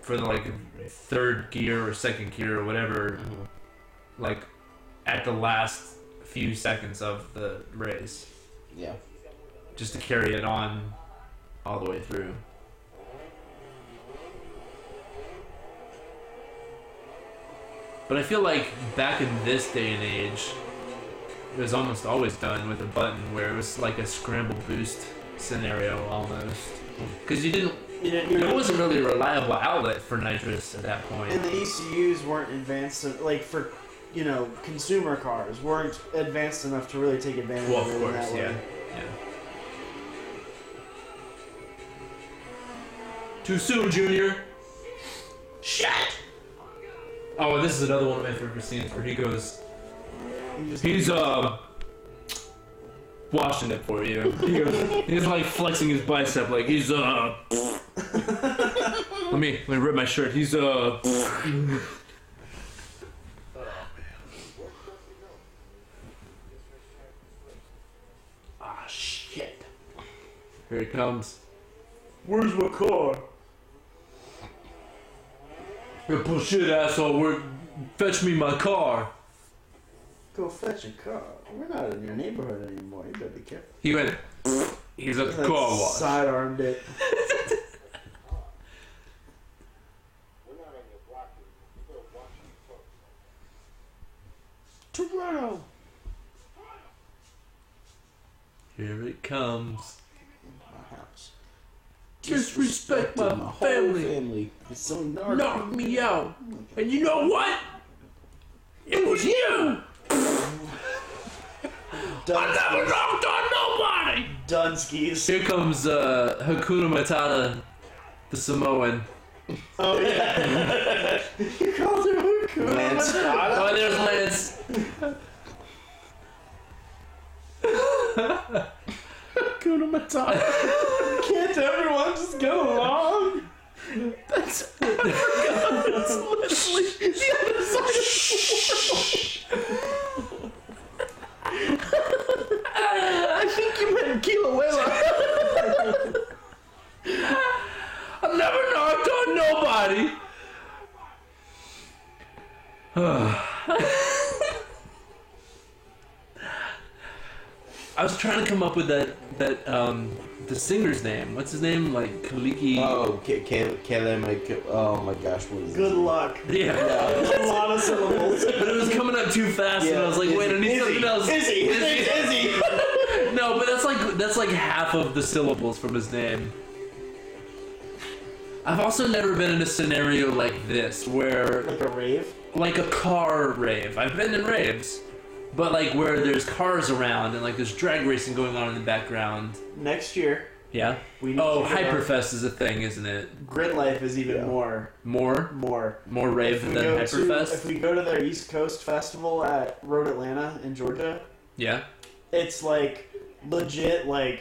for the like third gear or second gear or whatever,
Mhm.
like at the last few seconds of the race,
Yeah.
just to carry it on all the way through. But I feel like back in this day and age, it was almost always done with a button where it was like a scramble boost scenario almost. Because you didn't,
You didn't- you
there
were-
wasn't really a reliable outlet for nitrous at that
and
point.
the ECUs weren't advanced, en- like for you know consumer cars weren't advanced enough to really take advantage
Well,
of it
of
in
course,
that way.
yeah. yeah. Too soon, Junior!
Shit!
Oh, and this is another one of my favorite scenes where he goes,
You just-
he's uh washing it for you. He goes, he's like flexing his bicep, like he's uh. let me let me rip my shirt. He's uh.
Ah shit.
Here he comes.
Where's my car?
You bullshit asshole. Where, fetch me my car.
Go fetch a car.
We're not in your neighborhood anymore. You better be careful.
He went. He's at the
Like,
car wash.
Sidearmed it. Toronto.
Here it comes.
My house.
Disrespect my
Disrespected whole
family.
family. It's so gnarly.
Knock me out. And you know what? It was you.
Dun-
I never knocked on nobody.
Dunskies.
Here comes uh, Hakuna Matata, the Samoan.
Oh yeah. you called her Hakuna
Lance.
Matata?
Oh, there's Lance. Hakuna Matata.
Can't everyone just get along?
That's, that's literally the other side of I think you meant Kilauea. I've never knocked on nobody. I was trying to come up with that that um the singer's name. What's his name? Like Kaliki.
Oh, Caleb, oh my gosh, what is this?
Good luck.
Yeah.
That's a lot of syllables.
But it was coming up too fast, and I was like,
Yeah,
wait, I need
Izzy,
something else.
Izzy, his name's Izzy.
No, but that's like that's like half of the syllables from his name. I've also never been in a scenario like this where
Like a rave?
like a car rave. I've been in raves, but like where there's cars around and like there's drag racing going on in the background.
Next year,
Yeah.
we need
Oh,
to get our-
Hyperfest is a thing, isn't it?
Grit life is even
Yeah.
more,
More,
more.
more rave
If we
than
go to- if
Hyperfest.
we go to their East Coast festival at Road Atlanta in Georgia,
Yeah.
it's like legit like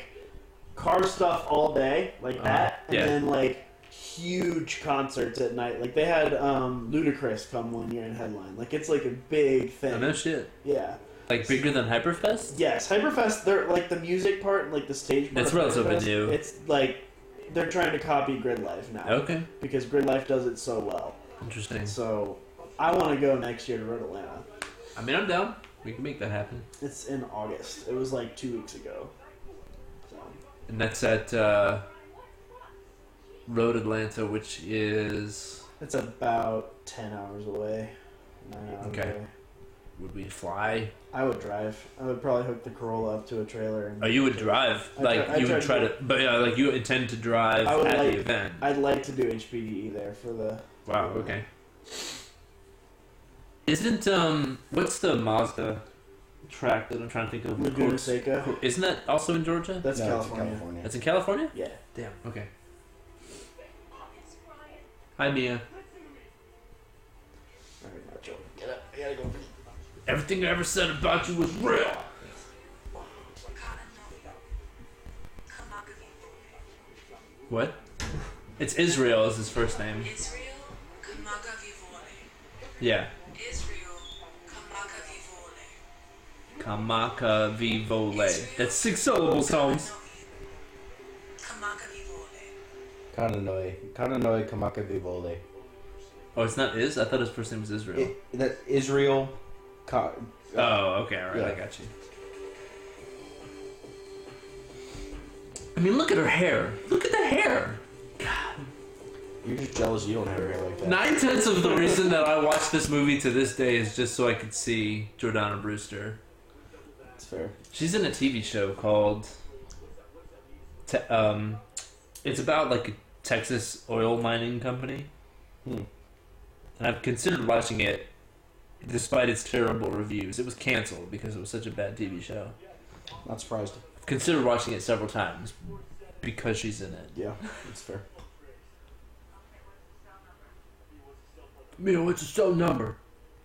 car stuff all day like
Uh-huh.
that and
Yeah.
then like huge concerts at night like they had um ludacris come one year in headline like it's like a big
Oh,
thing
no shit.
yeah
Like bigger than Hyperfest?
yes hyperfest they're like the music part and like the stage part
That's
of
what I was hoping
Hyperfest,
to.
it's like they're trying to copy grid life now
Okay.
because grid life does it so well
Interesting.
so i want to go next year to road atlanta
I mean, I'm down. We can make that happen.
it's in august it was like two weeks ago so
And that's at uh, Road Atlanta, which is.
It's about ten hours away. Nine hours
Okay.
away.
Would we fly?
I would drive. I would probably hook the Corolla up to a trailer, and
Oh, you would drive.
I
Like
dri- I
you would
drive-
try to, but yeah, like you intend to drive
I would
at
like-
the event.
I'd like to do HPDE E there for the.
Wow. Okay. Isn't um what's the Mazda track that I'm trying to think of?
Laguna
Cor-
Seca.
Cor- Isn't that also in Georgia?
That's
No, it's in
California.
That's in California.
Yeah.
Damn. Okay. Hi Mia.
All right, Nacho. Get up. I gotta go.
Everything I ever said about you was real. What? It's Israel is his first name.
Israel Kamagavivone.
Yeah.
Israel Kamagavivone.
Kamaka Vivole. That's six syllables, Holmes.
Kamagavivone.
Kananoi. Kananoi Kamakavivole.
Oh, it's not Is? I thought his first name was Israel.
It, that Israel. Ka-
Oh, okay, alright, I
Yeah.
got you. I mean, look at her hair. Look at the hair.
You're just jealous you don't have hair like that.
Nine tenths of the reason that I watched this movie to this day is just so I could see Jordana Brewster.
That's fair.
She's in a TV show called. Te- um, it's about like a Texas oil mining company.
Hmm.
And I've considered watching it despite its terrible reviews. It was canceled because it was such a bad TV show.
Not surprised.
I've considered watching it several times because she's in it.
Yeah, that's fair.
You know, it's a show number.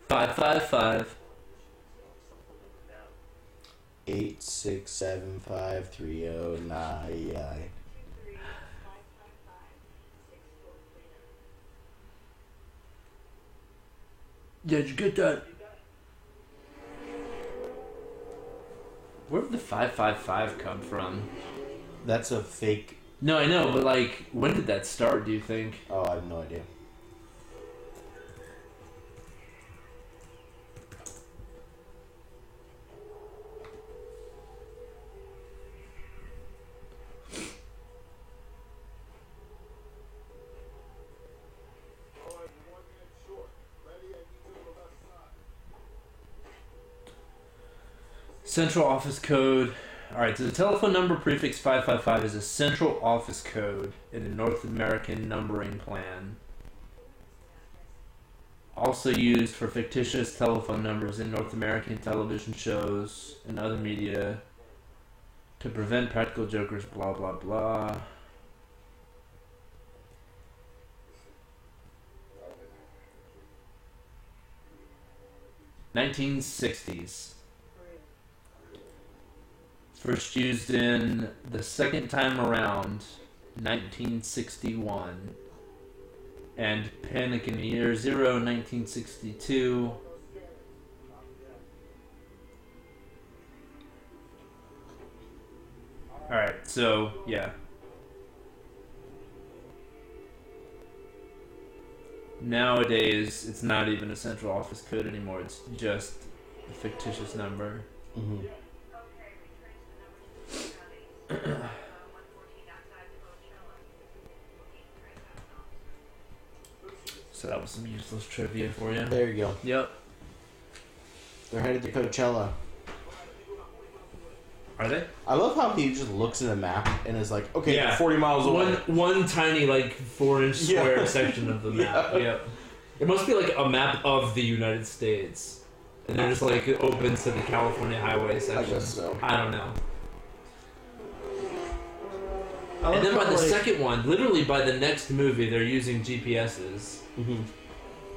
555.
Eight six seven five three zero nine nine.
Yeah, did you get that? Where did the 555 come from?
That's a fake.
No, I know, but like, when did that start, do you think?
Oh, I have no idea.
Central office code. All right, so the telephone number prefix 555 is a central office code in the North American numbering plan. Also used for fictitious telephone numbers in North American television shows and other media to prevent practical jokers, blah, blah, blah. Nineteen sixties. First used in the second time around, 1961. And Panic in the Year Zero, 1962. Alright, so, yeah. Nowadays, it's not even a central office code anymore, it's just a fictitious number.
Mm-hmm.
So that was some useless trivia for you.
There you go.
Yep.
They're headed to Coachella.
Are they?
I love how he just looks at a map and is like, okay,
Yeah.
they're 40 miles
One
away.
one tiny like four inch
Yeah.
square section of the map.
Yeah.
Yep. It must be like a map of the United States, and then it's like it opens to the California highway
I
section.
guess so.
I don't know.
I
And then by
love how,
the
like,
second one, literally by the next movie, they're using GPSs.
Mhm.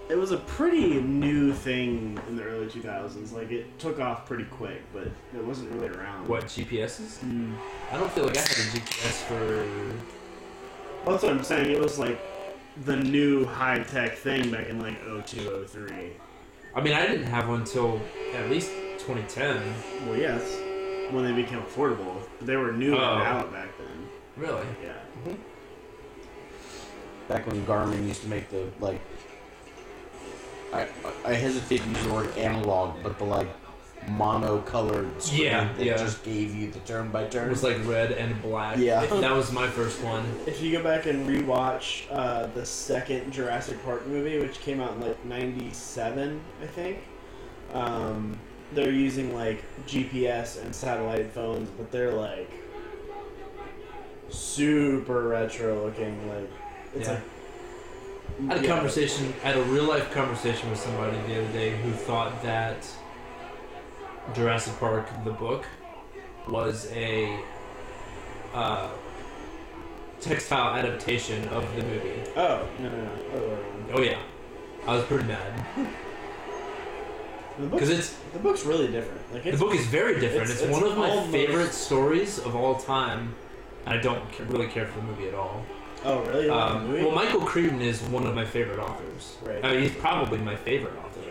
it was a pretty new thing in the early 2000s. Like it took off pretty quick, but it wasn't really around.
What GPSs?
Mm.
I don't feel like I had a GPS for.
Well, that's what I'm saying. It was like the new high tech thing back in like 02, 03.
I mean, I didn't have one till at least 2010.
Well, yes, when they became affordable, but they were new and
Oh.
out back then.
Really?
Yeah.
Back when Garmin used to make the, like, I, I hesitate to use the word analog, but the, like, monocolored screen
Yeah,
that
yeah.
just gave you the turn by
It
turn.
was like red and black.
Yeah.
That was my first one.
If you go back and rewatch uh, the second Jurassic Park movie, which came out in like '97, I think, um, they're using like GPS and satellite phones, but they're like super retro looking. Like it's
Yeah.
like
I had a
yeah.
conversation, I had a real life conversation with somebody the other day who thought that Jurassic Park, the book, was a uh, textile adaptation of the movie.
Oh no no no! Other way around.
Oh, yeah. I was pretty mad.
The book's,
Because it's
the book's really different. Like
the
it's
book is very different.
it's-
It's,
it's
one of my
almost-
favorite stories of all time. And I don't ca- really care for the movie at all.
oh really? You like the
Um,
movie?
well, Michael Crichton is one of my favorite authors.
Right.
I mean, he's probably my favorite author.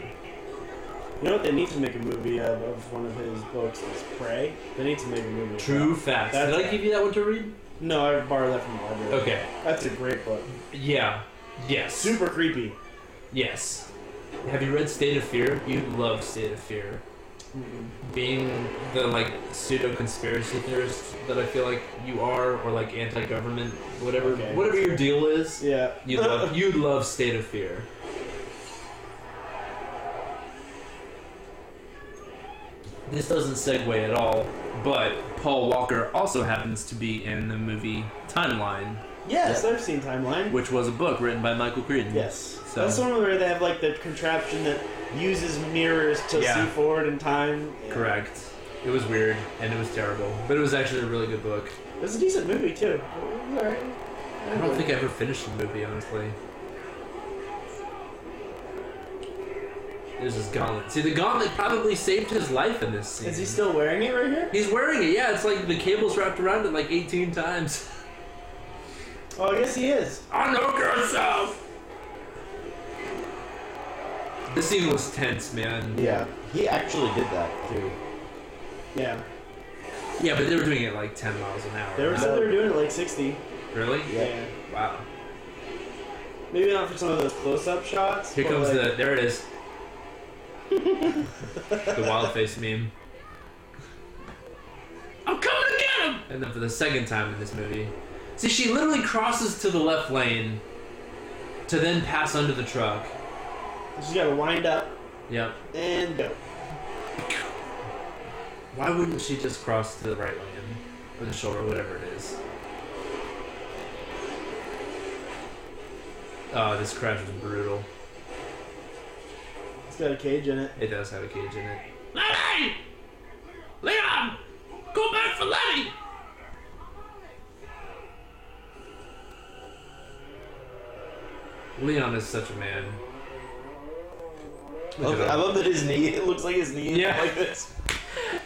you know what they need to make a movie of, of one of his books is Prey. They need to make a movie. of
True
that.
facts.
That's-
Did I give you that one to read?
No, I borrowed that from the library.
Okay.
That's a great book.
Yeah. Yes.
Super creepy.
Yes. Have you read State of Fear? You love State of Fear.
Mm-hmm.
Being the like pseudo conspiracy theorist that I feel like you are, or like anti-government, whatever,
Okay.
whatever your deal is.
Yeah. Uh,
You love you love State of Fear. This doesn't segue at all,
But Paul Walker also happens to be in the movie Timeline,
yes, I've seen Timeline.
which was a book written by Michael Crichton.
Yes.
So-
That's the one where they have like the contraption that uses mirrors to
Yeah.
see forward in time. Yeah.
Correct.
it was weird and it was terrible, but it was actually a really good book.
It was a decent movie too. It was alright.
I don't think I ever finished the movie, honestly. There's this gauntlet. See, the gauntlet probably saved his life in this scene.
Is he still wearing it right here?
He's wearing it. Yeah, it's like the cable's wrapped around it like 18 times.
Oh, I guess he is.
Unhook yourself. This scene was tense, man.
yeah, he actually did that, too.
Yeah.
Yeah, but they were doing it like 10 miles an hour.
They were
right?
said they were doing it like 60.
really?
Yeah.
Yeah.
Wow.
Maybe not for some of those close-up shots.
Here
but,
comes
like,
the. There it is. the wild face meme. I'm coming to get him! And then for the second time in this movie. See, she literally crosses to the left lane to then pass under the truck.
She's got to wind up
Yep.
and go.
Why wouldn't she just cross to the right lane? Or the shoulder, whatever it is. Oh, this crash was brutal.
It's got a cage in it.
It does have a cage in it. Lenny! Leon! Go back for Lenny! Leon is such a man.
Love- I love that his knee, it looks like his knee is
Yeah.
like this.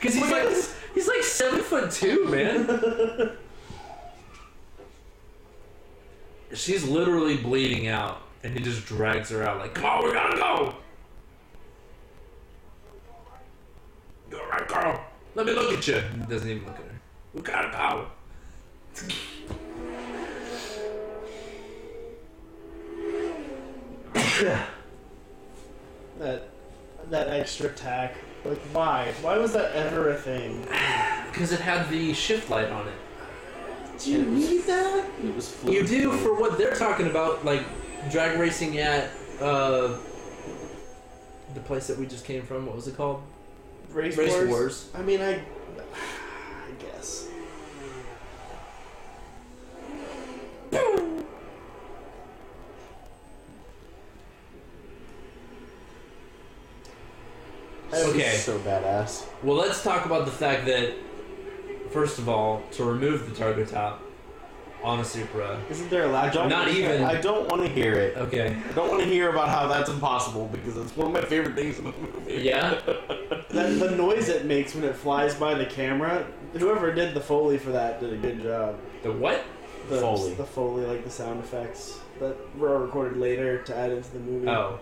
Cause he's
Look at
like
this.
he's like seven foot two, man. She's literally bleeding out, and he just drags her out like, "Come on, we gotta go." You're right, girl. Let me look at you. He doesn't even look at her. We gotta go.
That that extra tack. Like why? Why was that ever a thing?
Because it had the shift light on it.
Do you need that?
It was fluid.
You do for what they're talking about, like drag racing at uh, the place that we just came from. What was it called?
Race,
Race
wars?
Wars.
I mean, I, I
Okay.
so badass.
Well, let's talk about the fact that, first of all, to remove the target top on a Supra.
Isn't there a
I
loud?
don't- Not even.
I don't want to hear it.
Okay.
I don't want to hear about how that's impossible because it's one of my favorite things in the movie.
Yeah.
That, the noise it makes when it flies by the camera. Whoever did the foley for that did a good job.
The what?
The
Foley.
the foley, like the sound effects that were all recorded later to add into the movie.
Oh.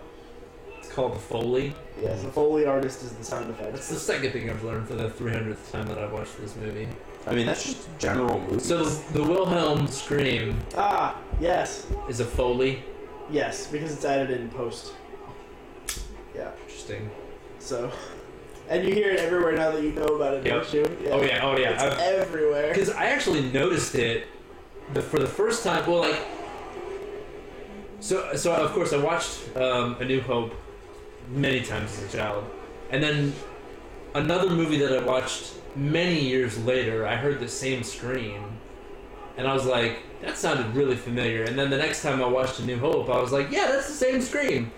It's called the Foley.
yes, the foley artist is the sound
That's
effects.
the second thing I've learned for the 300th time that I've watched this movie.
I mean, that's just general movie.
So the Wilhelm scream
Ah, yes,
is a Foley.
yes, because it's added in post. Yeah.
Interesting.
So, and you hear it everywhere now that you know about it,
Yep.
don't you?
Oh yeah. Oh yeah.
It's
I've-
everywhere.
Because I actually noticed it the, for the first time. Well, like, so so of course I watched um, A New Hope many times as a child, and then another movie that I watched many years later. I heard the same scream, and I was like, that sounded really familiar. And then the next time I watched A New Hope, I was like, yeah, that's the same scream.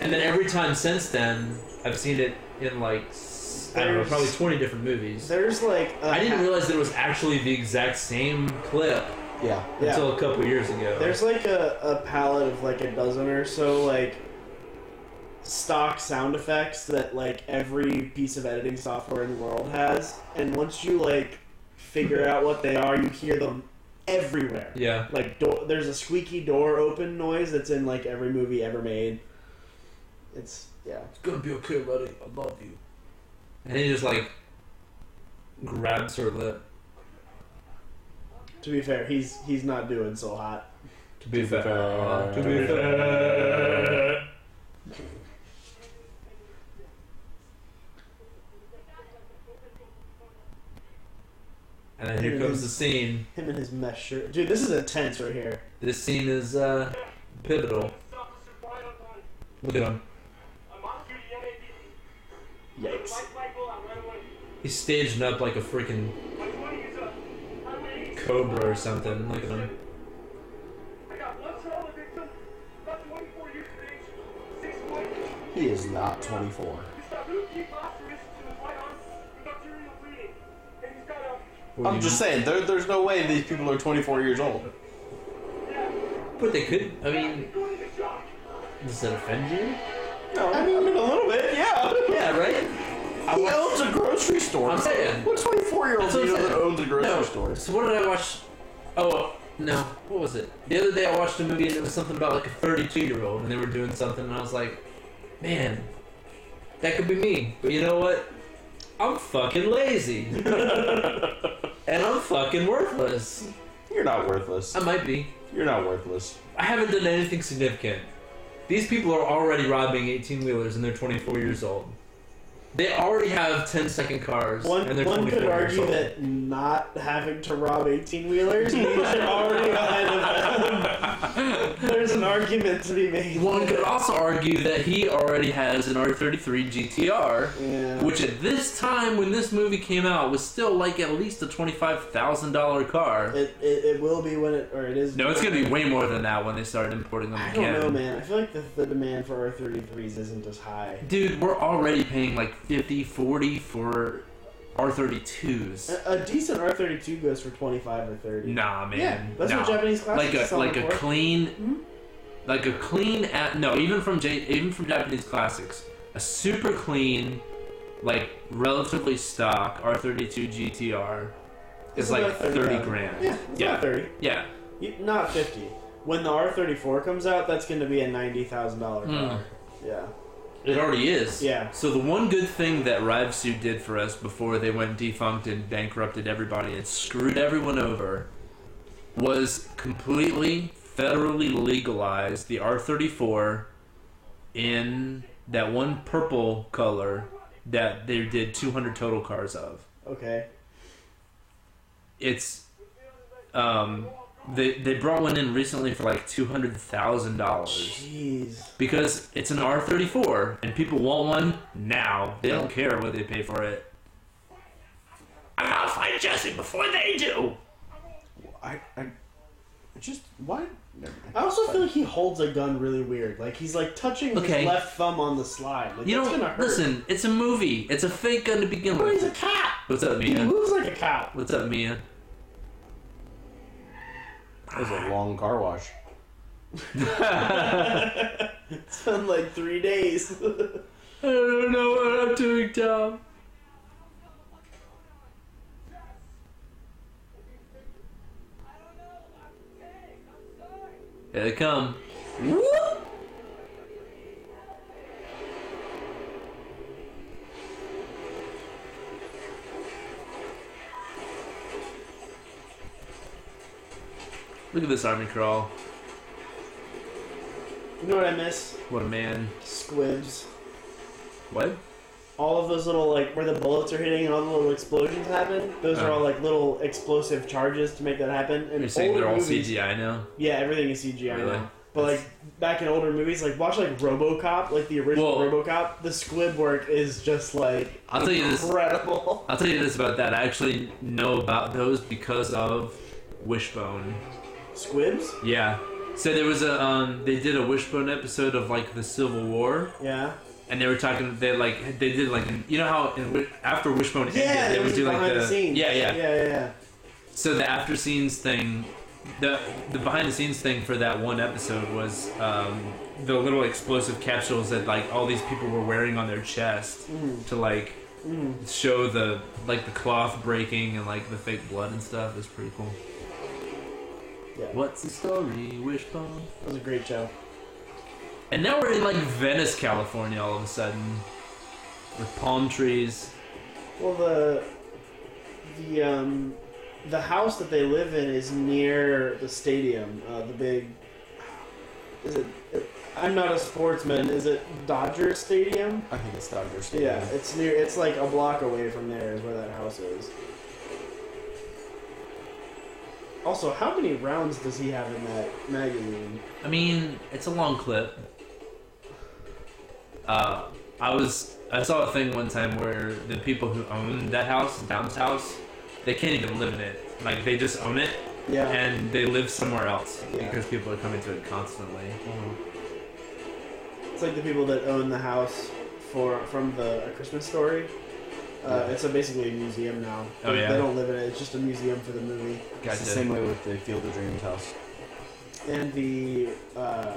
And then every time since then, I've seen it in like s- I don't know,
There's-
probably twenty different movies.
There's like I
I didn't realize that it was actually the exact same clip
yeah.
Yeah.
until a couple years ago.
There's like a, a palette of like a dozen or so like stock sound effects that like every piece of editing software in the world has, and once you like figure out what they are, you hear them everywhere.
yeah,
Like do- there's a squeaky door open noise that's in like every movie ever made. It's yeah.
it's gonna be okay, buddy. I love you. And he just like grabs her lip.
To be fair, he's he's not doing so hot.
To be fair,
fair.
to be fair. And then here comes the scene.
Him in his mesh shirt, dude. This is intense right here.
This scene is uh, pivotal. Look at him.
Yikes.
He's staging up like a freaking cobra or something. Look at him.
He is not 24.
What do
I'm
you-
just saying, there, there's no way these people are 24 years old.
But they could. I mean, does that offend you?
No, I mean, a little bit, yeah.
Yeah, right.
He owns a grocery store.
I'm saying.
What 24 year old
That's what
you know
I'm
that
saying.
owns a grocery
No.
store?
So what did I watch? Oh no, what was it? The other day I watched a movie and it was something about like a 32 year old and they were doing something and I was like, man, that could be me. But you know what? I'm fucking lazy. and I'm fucking worthless.
You're not worthless.
I might be.
You're not worthless.
I haven't done anything significant. These people are already robbing 18 wheelers and they're 24 years old. They already have 10 second cars
One,
and they're
one
24
could
years
argue
old.
that not having to rob 18 wheelers means you're already ahead of them. There's an argument to be made.
One could also argue that he already has an R33 GTR,
Yeah.
which at this time when this movie came out was still like at least a $25,000 car.
It, it, it will be when it, or it is.
No, it's gonna be way more than that when they start importing them
I don't
again.
know, man. I feel like the, the demand for R33s isn't as high.
Dude, we're already paying like 50, 40 for R32s.
A, a decent R32 goes for 25 or 30.
Nah, man.
Yeah, that's
nah.
what Japanese classics
like a
sell
like
them
a
for.
clean, like a clean. At, no, even from J, even from Japanese classics, a super clean, like relatively stock R32 GTR
It's
is like
about 30
thirty
grand.
grand.
Yeah, it's
yeah,
not 30.
yeah.
You- Not 50. When the R34 comes out, that's going to be a $90,000 car.
Mm.
Yeah.
It already is.
Yeah.
So the one good thing that Rivsu did for us before they went defunct and bankrupted everybody and screwed everyone over was completely federally legalized the R34 in that one purple color that they did 200 total cars of.
Okay.
It's um they they brought one in recently for like $200,000
Jeez.
because it's an R34 and people want one now. They don't care what they pay for it. I'll find Jesse before they do.
I, I just why? Never mind.
I also feel like he holds a gun really weird. Like he's like touching
Okay.
his left thumb on the slide. Like
You
that's gonna
don't
hurt.
listen. It's a movie. It's a fake gun to begin
But he's a
with.
cat.
What's up,
He
Mia?
moves like a cat.
What's up, Mia?
That was a long car wash.
It's been like three days.
I don't know what I'm doing, Tom. Here they come. Look at this army crawl.
you know what I miss?
What a man.
Squibs.
What?
All of those little like where the bullets are hitting and all the little explosions happen. Those are
Uh.
all like little explosive charges to make that happen. And
You're saying
older
they're all
movies,
CGI now?
Yeah, everything is CGI
Really?
now. But like back in older movies, like watch like RoboCop, like the original
Whoa.
RoboCop. The squib work is just like
I'll tell you this.
incredible.
I'll tell you this about that. I actually know about those because of Wishbone.
Squibs?
Yeah. So there was a um they did a Wishbone episode of like the Civil War
Yeah.
and they were talking they like they did like you know how in, Wish- after Wishbone
Yeah,
ended they
it
would
was
do like
behind
the,
the scenes.
Yeah, yeah.
Yeah, yeah.
So the after scenes thing the the behind the scenes thing for that one episode was um the little explosive capsules that like all these people were wearing on their chest
Mm.
to like show the like the cloth breaking and like the fake blood and stuff is pretty cool.
Yeah.
What's the story, Wishbone?
It was a great show.
And now we're in like Venice, California, all of a sudden, with palm trees.
Well, the the um the house that they live in is near the stadium. Uh, the big is it? I'm not a sportsman. Is it Dodger Stadium?
I think it's Dodger
Yeah,
Stadium.
it's near. It's like a block away from there is where that house is. Also, how many rounds does he have in that magazine?
I mean, it's a long clip. Uh, I was I saw a thing one time where the people who own that house, Dom's house, they can't even live in it. Like they just own it
Yeah.
and they live somewhere else
Yeah.
because people are coming to it constantly.
It's like the people that own the house for from the A Christmas Story. Uh, it's a, basically a museum now.
Oh,
They-
yeah.
They don't live in it. It's just a museum for the movie.
It's the same way with the Field of Dreams house.
And the uh,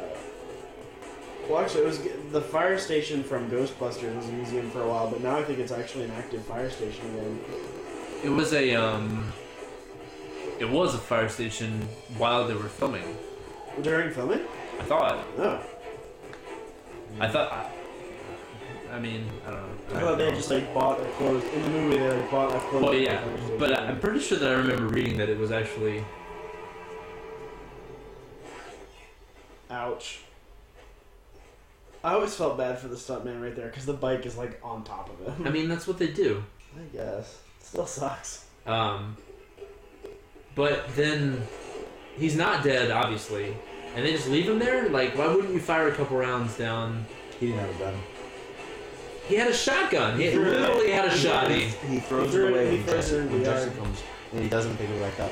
well, actually, it was the fire station from Ghostbusters was a museum for a while, but now I think it's actually an active fire station again.
It was a um. It was a fire station while they were filming.
During filming?
I thought.
Oh,
I thought. I, I mean, I don't know.
I thought they had just like bought a closed in the movie. They like, bought a closed.
Well, yeah,
fire station.
but uh, I'm pretty sure that I remember reading that it was actually.
ouch. I always felt bad for the stuntman right there because the bike is like on top of him.
I mean, that's what they do.
I guess. Still sucks.
Um, but then he's not dead, obviously, and they just leave him there. Like, why wouldn't you fire a couple rounds down?
He didn't have a gun.
He had a shotgun. He literally had a shotty.
He throws
He threw
it
it-
away
he
when
throws it
Jesse,
in
when
the
Jesse
yard.
comes and he doesn't pick it back up.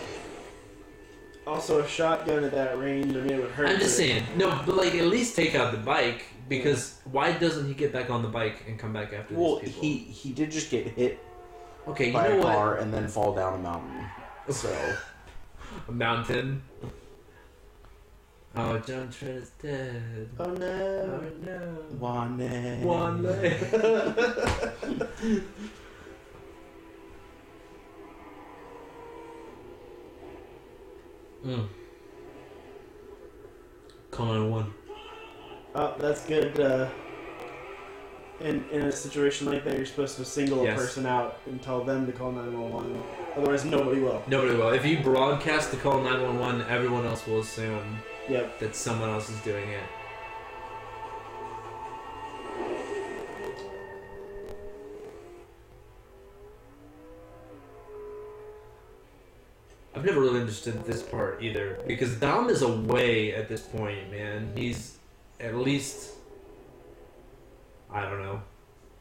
Also, a shotgun at that range, I mean, it would hurt.
I'm just
but-
saying, no, but like at least take out the bike because why doesn't he get back on the bike and come back after
Well,
these people?
he he did just get hit
okay, you
by
know
a
what?
car and then fall down a mountain. So
A mountain. Oh, John Trent is dead.
Uh,
Oh
Oh
no.
no.
one leg.
One leg. mm. Con one.
Oh, that's good. Uh, in, in a situation like that, you're supposed to single
Yes.
a person out and tell them to call 911. Otherwise, nobody will.
Nobody will. If you broadcast the call 911, everyone else will assume
Yep.
that someone else is doing it. I've never really understood this part either because Dom is away at this point, man. He's at least I don't know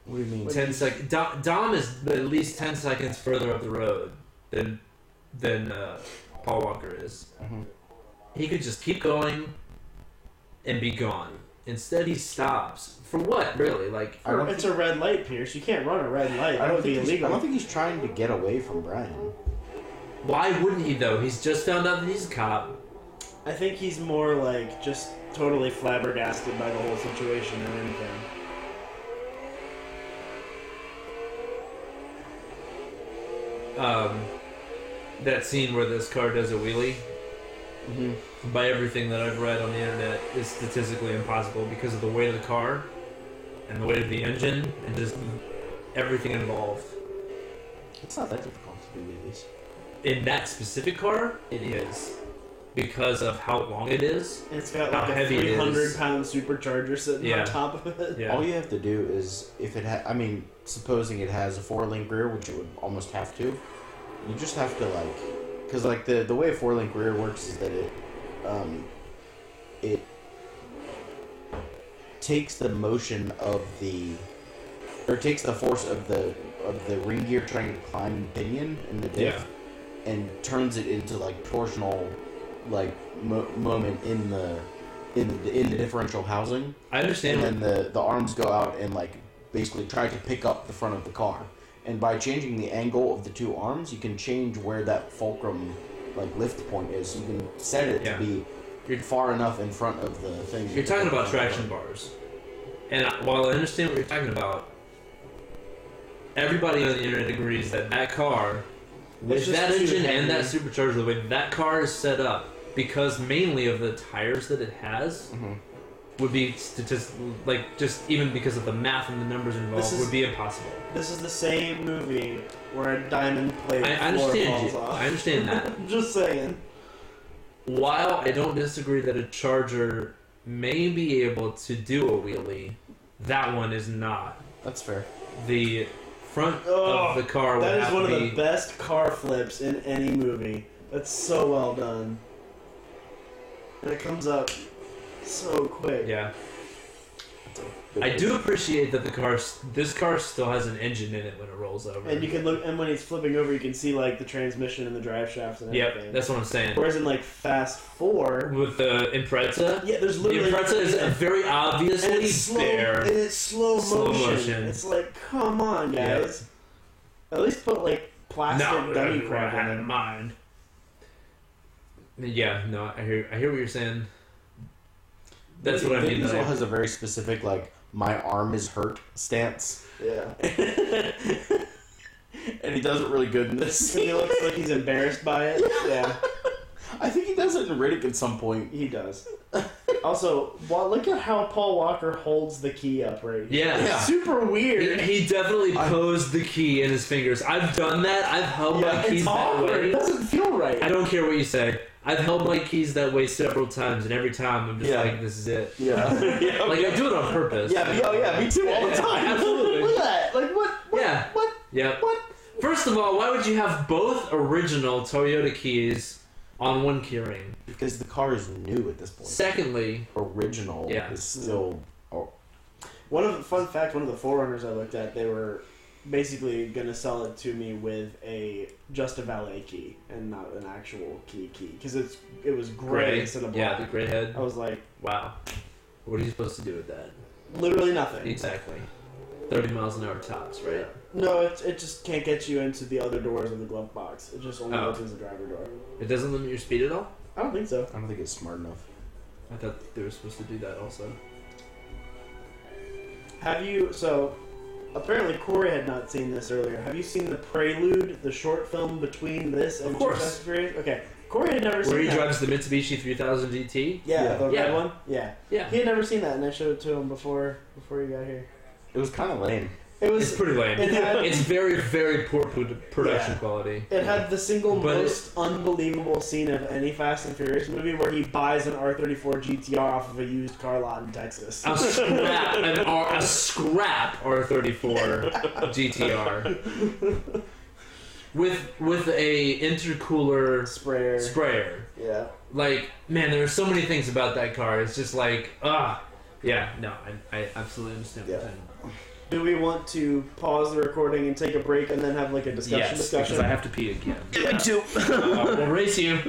What do you mean?
ten sec. Dom, Dom is at least ten seconds further up the road than than uh, Paul Walker is.
Mhm.
He could just keep going and be gone. Instead, he stops. For what, really? Like,
I don't
It's a red light, Pierce. You can't run a red light.
I
That
don't,
would be
think he's, I
illegal.
don't think he's trying to get away from Brian.
why wouldn't he, though? He's just found out that he's a cop.
I think he's more like just totally flabbergasted by the whole situation than anything.
Um, that scene where this car does a wheelie, by everything that I've read on the internet, is statistically impossible because of the weight of the car and the weight of the engine and just everything involved.
It's not that difficult to do these.
in that specific car, it is because of how long it is.
It's got
How
like a
heavy it is.
300 pound supercharger sitting
Yeah.
on top of it.
Yeah.
All you have to do is, if it ha- I mean, supposing it has a four link rear, which it would almost have to, you just have to, like, because, like, the, the way a four link rear works is that it, um, it takes the motion of the, or takes the force of the, of the ring gear trying to climb the pinion in the diff, and turns it into like torsional, like mo- moment in the in the in the differential housing,
I understand.
and then the the arms go out and like basically try to pick up the front of the car. And by changing the angle of the two arms, you can change where that fulcrum, like lift point is. You can set it
Yeah.
to be
You're-
far enough in front of the thing.
you're talking about traction bars, and I- while I understand what you're talking about, everybody on the internet agrees that that car, with
It's just
that
too
engine and that
heavy.
supercharger, the way that car is set up, because mainly of the tires that it has.
Mhm.
Would be statistic like just even because of the math and the numbers involved
is-
would be impossible.
This is the same movie where a diamond plate
I, I
floor
understand.
falls
You.
off.
I understand that.
just saying.
While I don't disagree that a charger may be able to do a wheelie, that one is not.
That's fair.
The front
Oh,
of the car would
That
have
is one
to
of
be.
the best car flips in any movie. That's so well done. And it comes up so quick.
yeah, I do appreciate that the car. s- This car still has an engine in it when it rolls over.
And you can look, and when he's flipping over, you can see like the transmission and the drive shafts and everything.
Yep, that's what I'm saying.
Whereas in like Fast Four,
With the Impreza,
yeah, there's
the
literally
Impreza is a very obviously
and it's slow, and
there.
it's slow motion.
Slow motion.
It's like, come on,
Yeah.
guys. At least put like plastic dummy
No, that's what I
crap
had
in
in
it.
mind. Yeah, no, I hear. I hear what you're saying. That's what I
Vin
mean.
Diesel
like-
has a very specific like my arm is hurt stance,
Yeah.
and he does it really good in this.
he looks like he's embarrassed by it. Yeah,
I think he does it in Riddick at some point.
he does. Also, well, look at how Paul Walker holds the key upright.
Yeah.
Yeah.
It's super weird.
He, he definitely
I-
posed the key in his fingers. I've done that. I've held
Yeah,
my
it's
keys that
awkward. It
way.
doesn't feel right.
I don't care what you say. I've held my keys that way several times, and every time I'm just
Yeah.
like, this is it.
Yeah. yeah.
Like, I do it on purpose.
Yeah, me- oh yeah, me too, all the
Yeah,
time.
absolutely.
Look at that. Like what? what
Yeah.
What?
Yep.
What?
First of all, why would you have both original Toyota keys on one keyring?
Because the car is new at this point.
Secondly,
Original
Yeah.
is still. Oh,
One of the fun fact, one of the forerunners I looked at, they were basically going to sell it to me with a just a valet key and not an actual key key because it's it was gray,
gray.
instead of
Yeah,
black.
the gray head.
I was like,
Wow. What are you supposed to do with that?
literally nothing.
Exactly. 30 miles an hour tops, right?
No, it, it just can't get you into the other doors of the glove box. It just only
Oh.
opens the driver door.
It doesn't limit your speed at all?
I don't think so.
I don't think it's smart enough.
I thought they were supposed to do that also.
Have you? So apparently Corey had not seen this earlier. Have you seen the Prelude, the short film between this and
Of course.
Fast and Furious? Okay, Corey had never
Where
seen
he
that.
drives the Mitsubishi 3000 GT?
yeah,
Yeah.
the
Yeah.
red one. Yeah.
Yeah.
He had never seen that, and I showed it to him before before he got here.
It was kind of lame.
It was
It's pretty lame.
It had,
It's very, very poor produ- production
Yeah.
quality.
it had the single
But it-
most unbelievable scene of any Fast and Furious movie, where he buys an R34 GTR off of a used car lot in Texas.
A scrap, an R, a scrap R34 GTR with with a intercooler
Sprayer.
sprayer.
yeah.
Like, man, there are so many things about that car. It's just like, ah, yeah, no, I, I absolutely understand. What
Yeah.
you're saying.
Do we want to pause the recording and take a break, and then have like a discussion?
Yes,
discussion.
because I have to pee again. Yeah, me too. we'll race you.